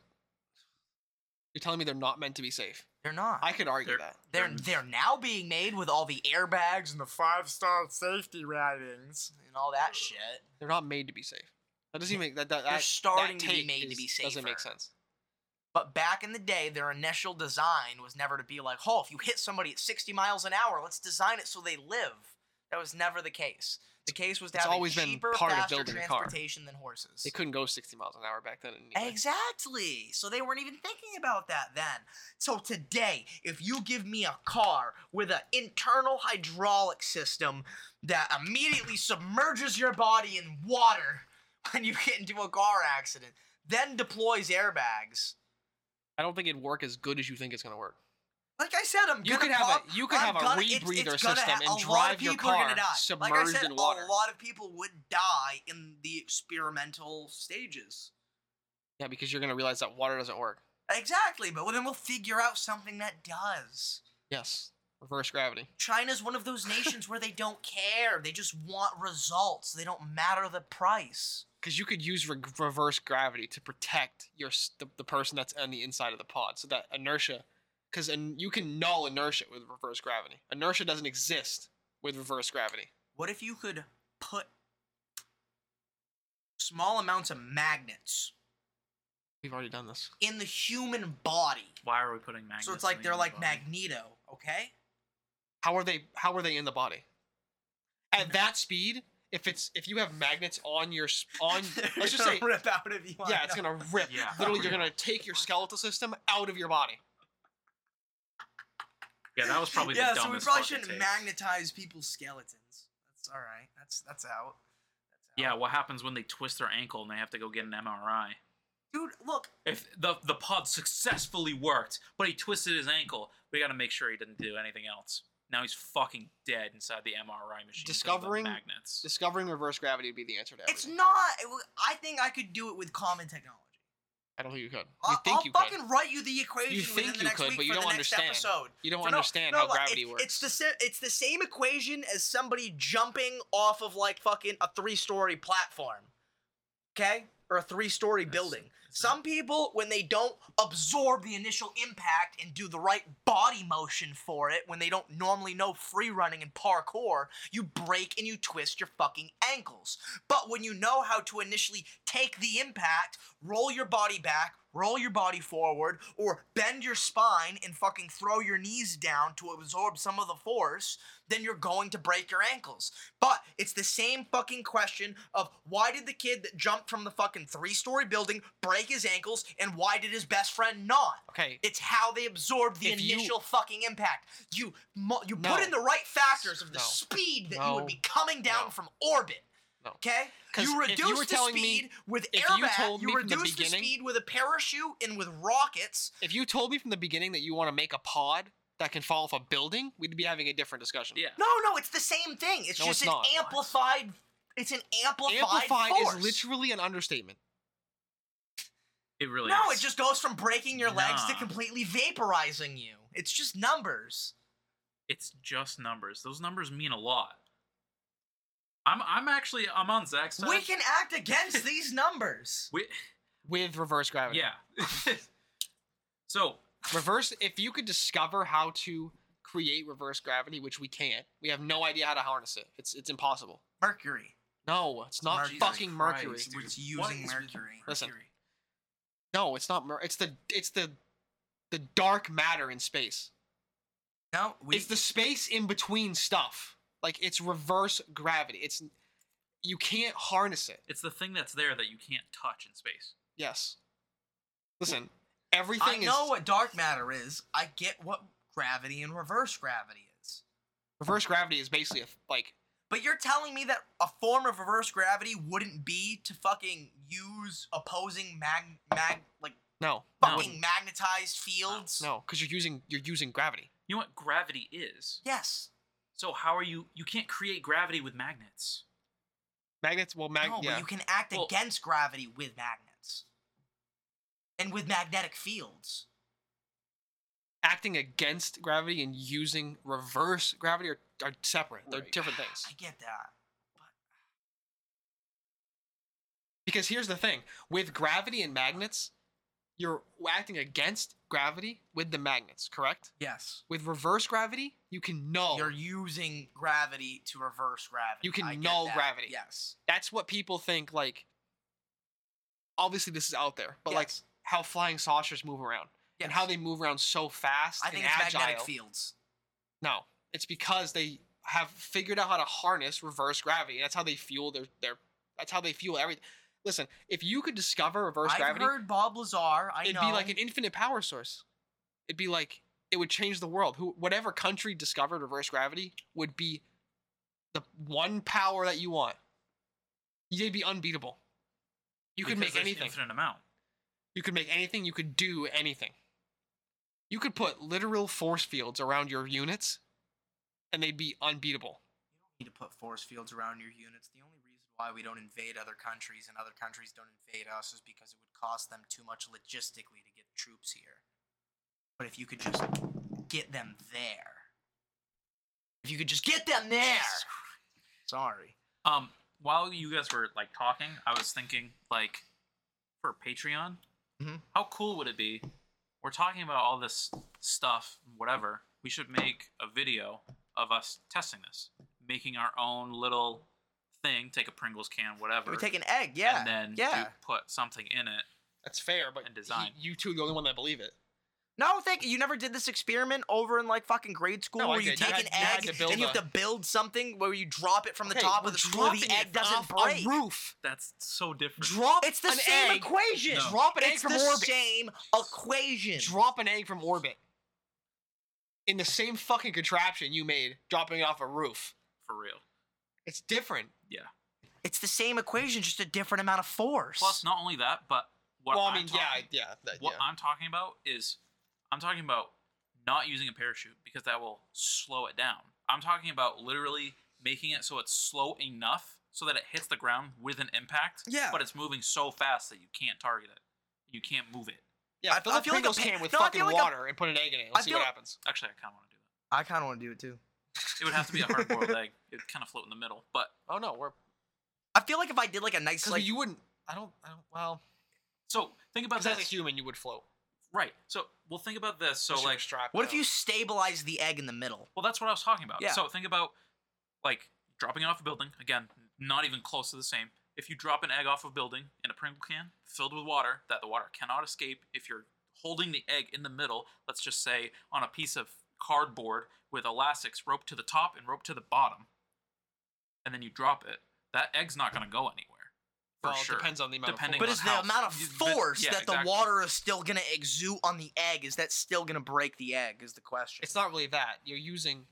You're telling me they're not meant to be safe. They're not. I could argue They're- that. They're Um, they're now being made with all the airbags and the five star safety ratings and all that shit. They're not made to be safe. That doesn't even make that. that They're that, starting that to be take made to is- be Doesn't make safer. sense. But back in the day, their initial design was never to be like, "Oh, if you hit somebody at 60 miles an hour, let's design it so they live." That was never the case. The case was to It's have a always been cheaper, part of faster building a car. transportation than horses. They couldn't go 60 miles an hour back then. Anyway. Exactly. So they weren't even thinking about that then. So today, if you give me a car with an internal hydraulic system that immediately submerges your body in water when you get into a car accident, then deploys airbags. I don't think it'd work as good as you think it's gonna work. Like I said, I'm You gonna could have pop- a you could I'm have a gonna- it's- it's rebreather gonna system ha- a lot and of drive your people are car gonna die. submerged like I said, in water. A lot of people would die in the experimental stages. Yeah, because you're gonna realize that water doesn't work. Exactly, but then we'll figure out something that does. Yes, reverse gravity. China's one of those nations where they don't care. They just want results. They don't matter the price. Because you could use re- reverse gravity to protect your s- the, the person that's on the inside of the pod, so that inertia, because and you can null inertia with reverse gravity. Inertia doesn't exist with reverse gravity. What if you could put small amounts of magnets We've already done this. in the human body? Why are we putting magnets? so it's in like the they're human like body? magneto, okay? how are they how are they in the body at that speed if it's if you have magnets on your s- on let's just say rip out of you. yeah it's gonna rip Yeah. literally you're gonna take your skeletal system out of your body Yeah, that was probably yeah. the so we dumbest probably fucking shouldn't take. magnetize people's skeletons. That's all right. That's that's out. That's Yeah, out. what happens when they twist their ankle and they have to go get an MRI? Dude, look, If the the pod successfully worked, but he twisted his ankle, we got to make sure he didn't do anything else. Now he's fucking dead inside the MRI machine. 'cause of the Discovering- magnets. Discovering reverse gravity would be the answer to it's everything. not. I think I could do it with common technology. I don't think you could. You I'll, think I'll you fucking could. write you the equation You within think the you next could, week but you for don't the understand. next episode. You don't No, no, understand no, how but gravity it's, works. It's the sa- it's the same equation as somebody jumping off of like fucking a three story platform, okay, or a three story That's- building. that's Some people, when they don't absorb the initial impact and do the right body motion for it, when they don't normally know free running and parkour, you break and you twist your fucking ankles. But when you know how to initially take the impact, roll your body back, roll your body forward, or bend your spine and fucking throw your knees down to absorb some of the force, then you're going to break your ankles. But it's the same fucking question of why did the kid that jumped from the fucking three story building break his ankles and why did his best friend not? Okay. It's how they absorbed the If you- initial fucking impact. You mu- you No. put in the right factors of the No. speed that you No. would be coming down No. from orbit. No. Okay? 'Cause You if reduce you were the telling me- speed with if airbag. you told me from the reduce beginning- speed with a parachute and with rockets. If you told me from the beginning that you want to make a pod that can fall off a building, we'd be having a different discussion. Yeah. No, no, it's the same thing. It's No, just it's an not. amplified. It's an amplified, Amplified force. is literally an understatement. It really. No, is. it just goes from breaking your legs to Nah. completely vaporizing you. It's just numbers. it's just numbers. Those numbers mean a lot. I'm I'm actually I'm on Zach's side. We can act against these numbers. We- With reverse gravity. yeah. so Reverse if you could discover how to create reverse gravity, which we can't, we have no idea how to harness it. It's it's impossible. Mercury. No, it's not Mercury. fucking Mercury. Christ, dude. It's What using is with- mercury. Listen. Mercury. No, it's not mer- it's the it's the the dark matter in space. No, we. it's the space in between stuff. Like it's reverse gravity. It's you can't harness it. It's the thing that's there that you can't touch in space. Yes. Listen, I everything know is what dark matter is. I get what gravity and reverse gravity is. reverse gravity is basically a, like But you're telling me that a form of reverse gravity wouldn't be to fucking use opposing mag mag like no, No. fucking magnetized fields? no, because you're using you're using gravity. You know what gravity is? Yes. So how are you? You can't create gravity with magnets. Magnets, well, mag- no, yeah. but you can act Well- against gravity with magnets. And with magnetic fields. acting against gravity and using reverse gravity are, are separate. They're Right. different things. I get that. Because here's the thing: with gravity and magnets, you're acting against gravity with the magnets, correct? Yes. With reverse gravity, you can know. You're using gravity to reverse gravity. Oh. You can I get null that. gravity. Yes. That's what people think. Like, obviously, this is out there, but like Yes. how flying saucers move around Yes. and how they move around so fast I think and it's agile. magnetic fields. No, it's because they have figured out how to harness reverse gravity. That's how they fuel their their. That's how they fuel everything. Listen, if you could discover reverse I've gravity, heard Bob Lazar. I it'd know. be like an infinite power source. It'd be like it would change the world. Who, whatever country discovered reverse gravity would be the one power that you want. You'd be unbeatable. You Because could make there's anything. Infinite amount. You could make anything. You could do anything. You could put literal force fields around your units, and they'd be unbeatable. need to put force fields around your units. The only reason why we don't invade other countries and other countries don't invade us is because it would cost them too much logistically to get troops here. But if you could just get them there. If you could just get them there. Sorry. Um, while you guys were like talking, I was thinking like for Patreon, Mm-hmm. Mhm. how cool would it be? We're talking about all this stuff, whatever. We should make a video of us testing this, making our own little thing. Take a Pringles can, whatever, an egg, and then do- put something in it. That's fair, but And design. he- you two are the only one that believe it. No, thank you. You never did this experiment over in like fucking grade school No, I where you did. You take had- an you had egg to build and you have a- to build something where you drop it from the Okay, top we're of the school. The dropping egg it doesn't off break. a roof. That's so different. Drop It's the an same egg. equation. No. Drop an egg It's from the orbit. same equation. Drop an egg from orbit. In the same fucking contraption you made, dropping it off a roof. for real. It's different. Yeah. It's the same equation, just a different amount of force. Plus, not only that, but What well, I'm I mean, yeah, talking- I- yeah, that, What Uh, yeah. I'm talking about is I'm talking about not using a parachute because that will slow it down. I'm talking about literally making it so it's slow enough so that it hits the ground with an impact. Yeah. But it's moving so fast that you can't target it. You can't move it. yeah, I- fill I a feel like a Pringles pa- can with no, I fucking feel like a- water and put an egg in it. Let's I see what feel- happens. Actually, I kind of want to do that. I kind of want to do it too. It would have to be a hard boiled egg. It would kind of float in the middle. But Oh no, we're I feel like if I did like a nice because like you wouldn't. I don't. I don't well, so think about because as a this. human, you would float. Right. So well, think about this. So Unless you were like strapped what if down. you stabilize the egg in the middle? Well, that's what I was talking about. Yeah. So think about like dropping it off a building. Again, not even close to the same. If you drop an egg off a building in a Pringle can filled with water that the water cannot escape, if you're holding the egg in the middle, let's just say on a piece of cardboard with elastics rope to the top and rope to the bottom, and then you drop it, that egg's not going to go anywhere. For Well, it sure. depends on the amount of Depending force. But on is how- the amount of you- but- force yeah, that the exactly. water is still gonna exude on the egg is that still gonna break the egg? Is the question. it's not really that you're using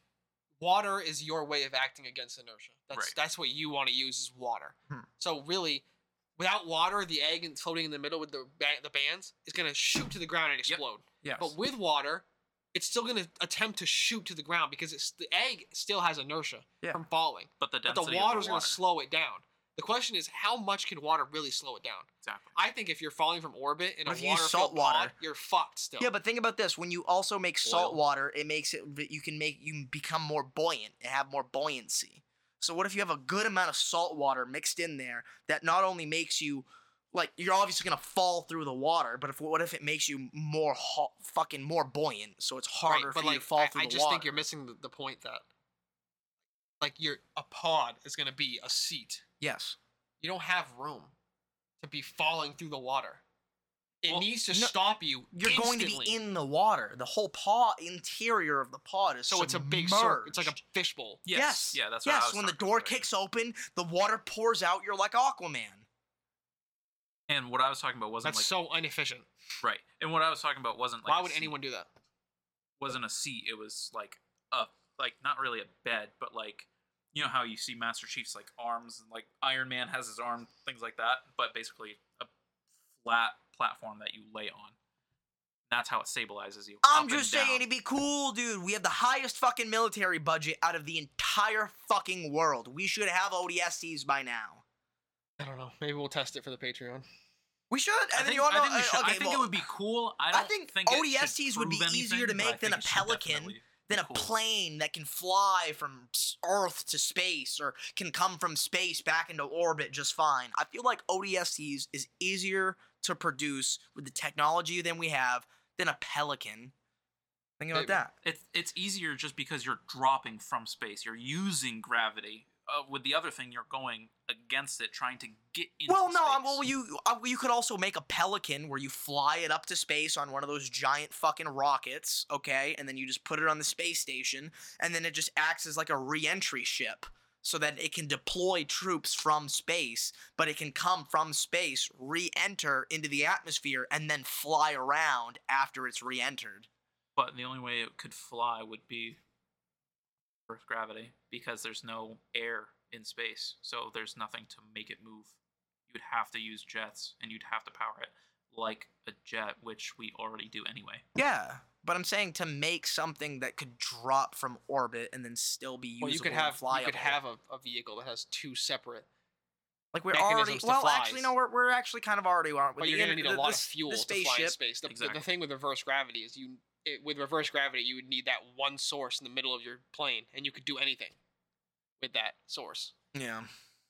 water is your way of acting against inertia that's Right. that's what you want to use is water Hmm. so really without water the egg and floating in the middle with the ba- the bands is going to shoot to the ground and explode yes. but with water it's still going to attempt to shoot to the ground because it's the egg still has inertia Yeah. from falling But the but density of the the water's going water. to slow it down the question is how much can water really slow it down Exactly. i think if you're falling from orbit in What if a you use water salt water? you're fucked still Yeah, but think about this: when you also make salt Oil. water, it makes it that you can make you can become more buoyant and have more buoyancy. So what if you have a good amount of salt water mixed in there that not only makes you like you're obviously gonna fall through the water, but if what if it makes you more ho- fucking more buoyant, so it's harder for you to fall I, through I the just water. think you're missing the, the point that like your a pod is going to be a seat. yes. You don't have room to be falling through the water. It Well, needs to no, stop you. You're going to instantly. be in the water. The whole paw interior of the pod is So it's a big circle. It's like a submerged. fishbowl. Yes. Yeah, that's what I yes. was when the talking door about, yeah. kicks open, the water pours out. You're like Aquaman. And what I was talking about wasn't That's like so inefficient. Right. And what I was talking about wasn't like Why a would seat. anyone do that? wasn't a seat. It was like a like not really a bed, but like you know how you see Master Chief's like arms and like Iron Man has his arm, things like that. But basically a flat platform that you lay on. That's how it stabilizes you. I'm up just and saying down. it'd be cool, dude. We have the highest fucking military budget out of the entire fucking world. We should have ODSTs by now. I don't know. Maybe we'll test it for the Patreon. We should. I And then think, you wanna I know- think, we should- uh, I okay, think well, it would be cool. I, I don't think it should ODSTs would be prove anything, easier to but I make than think a it should pelican definitely be Than a cool. plane that can fly from s- Earth to space or can come from space back into orbit just fine. I feel like ODSTs is easier to produce with the technology than we have than a pelican. Think about Maybe. that. It's it's easier just because you're dropping from space. You're using gravity. Uh, with the other thing, you're going against it, trying to get into Well, no. Space. um, Well, you uh, you could also make a pelican where you fly it up to space on one of those giant fucking rockets, okay, and then you just put it on the space station, and then it just acts as like a reentry ship, so that it can deploy troops from space, but it can come from space, re-enter into the atmosphere, and then fly around after it's re-entered. but the only way it could fly would be Earth gravity because there's no air in space, so there's nothing to make it move. You'd have to use jets, and you'd have to power it like a jet, which we already do anyway. Yeah. But I'm saying to make something that could drop from orbit and then still be usable Well, you could and have you could flyable. have a, a vehicle that has two separate. Like we're mechanisms already to well, fly. actually no, we're, we're actually kind of already aren't we? But The you're gonna inter- need a the- lot the of s- the fuel to fly in spaceship- space. The, the- Exactly. the thing with reverse gravity is you it, with reverse gravity you would need that one source in the middle of your plane, and you could do anything with that source, Yeah.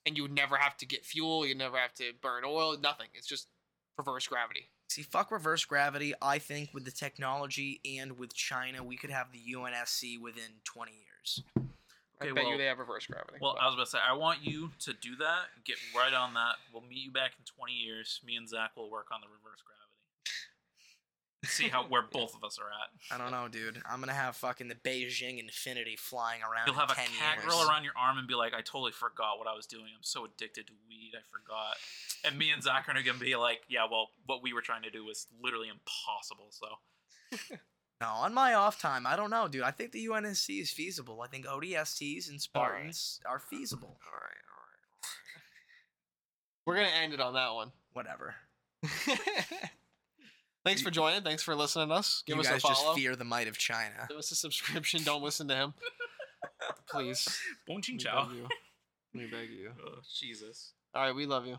and you would never have to get fuel. You never have to burn oil. Nothing. It's just reverse gravity. See, fuck reverse gravity. I think with the technology and with China, we could have the UNSC within 20 years. Okay, I bet well- you they have reverse gravity. Well, but- I was about to say, I want you to do that. Get right on that. We'll meet you back in 20 years. Me and Zach will work on the reverse gravity. See how where both of us are at. I don't know, dude. I'm gonna have fucking the Beijing Infinity flying around. You'll in have a 10 cat years. girl around your arm and be like, I totally forgot what I was doing. I'm so addicted to weed, I forgot. And me and Zach are gonna be like, Yeah, well, what we were trying to do was literally impossible. So No, on my off time, I don't know, dude. I think the UNSC is feasible. I think ODSTs and All right. Spartans are feasible. all right, all right. We're gonna end it on that one. Whatever. Thanks for joining. Thanks for listening to us. Give you us guys a follow. just fear the might of China. Give us a subscription. Don't listen to him. Please. Bong ching We chow. beg you. We beg you. Oh, Jesus. All right, we love you.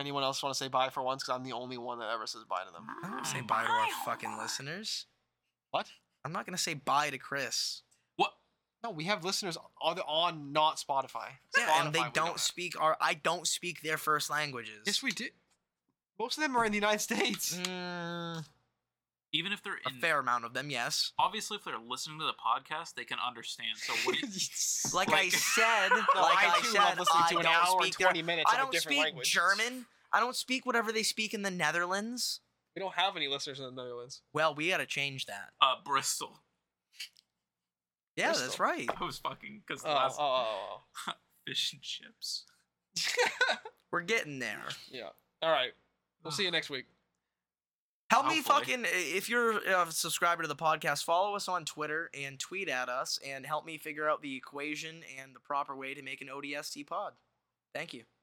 Anyone else want to say bye for once? Because I'm the only one that ever says bye to them. I'm not Ah, gonna say bye to our fucking listeners. What? I'm not gonna say bye to Chris. What? No, we have listeners on, on not Spotify. Yeah, and Spotify they we don't, have. speak our. I don't speak their first languages. Yes, we do. Most of them are in the United States. Mm, Even if they're a in, fair amount of them, yes. obviously, if they're listening to the podcast, they can understand. So what? Do you, Like, I Like- said, No, like I, I too said, love listening I to an don't hour and speak their- 20 minutes I of a don't different speak language. German. I don't speak whatever they speak in the Netherlands. We don't have any listeners in the Netherlands. Well, we gotta change that. uh, Bristol. Yeah, Bristol. that's right. I was fucking because the Oh, oh, last oh, fish and chips. oh. We're getting there. yeah. All right. We'll see you next week. Help me Hopefully. fucking if you're a subscriber to the podcast, follow us on Twitter and tweet at us and help me figure out the equation and the proper way to make an ODST pod. Thank you.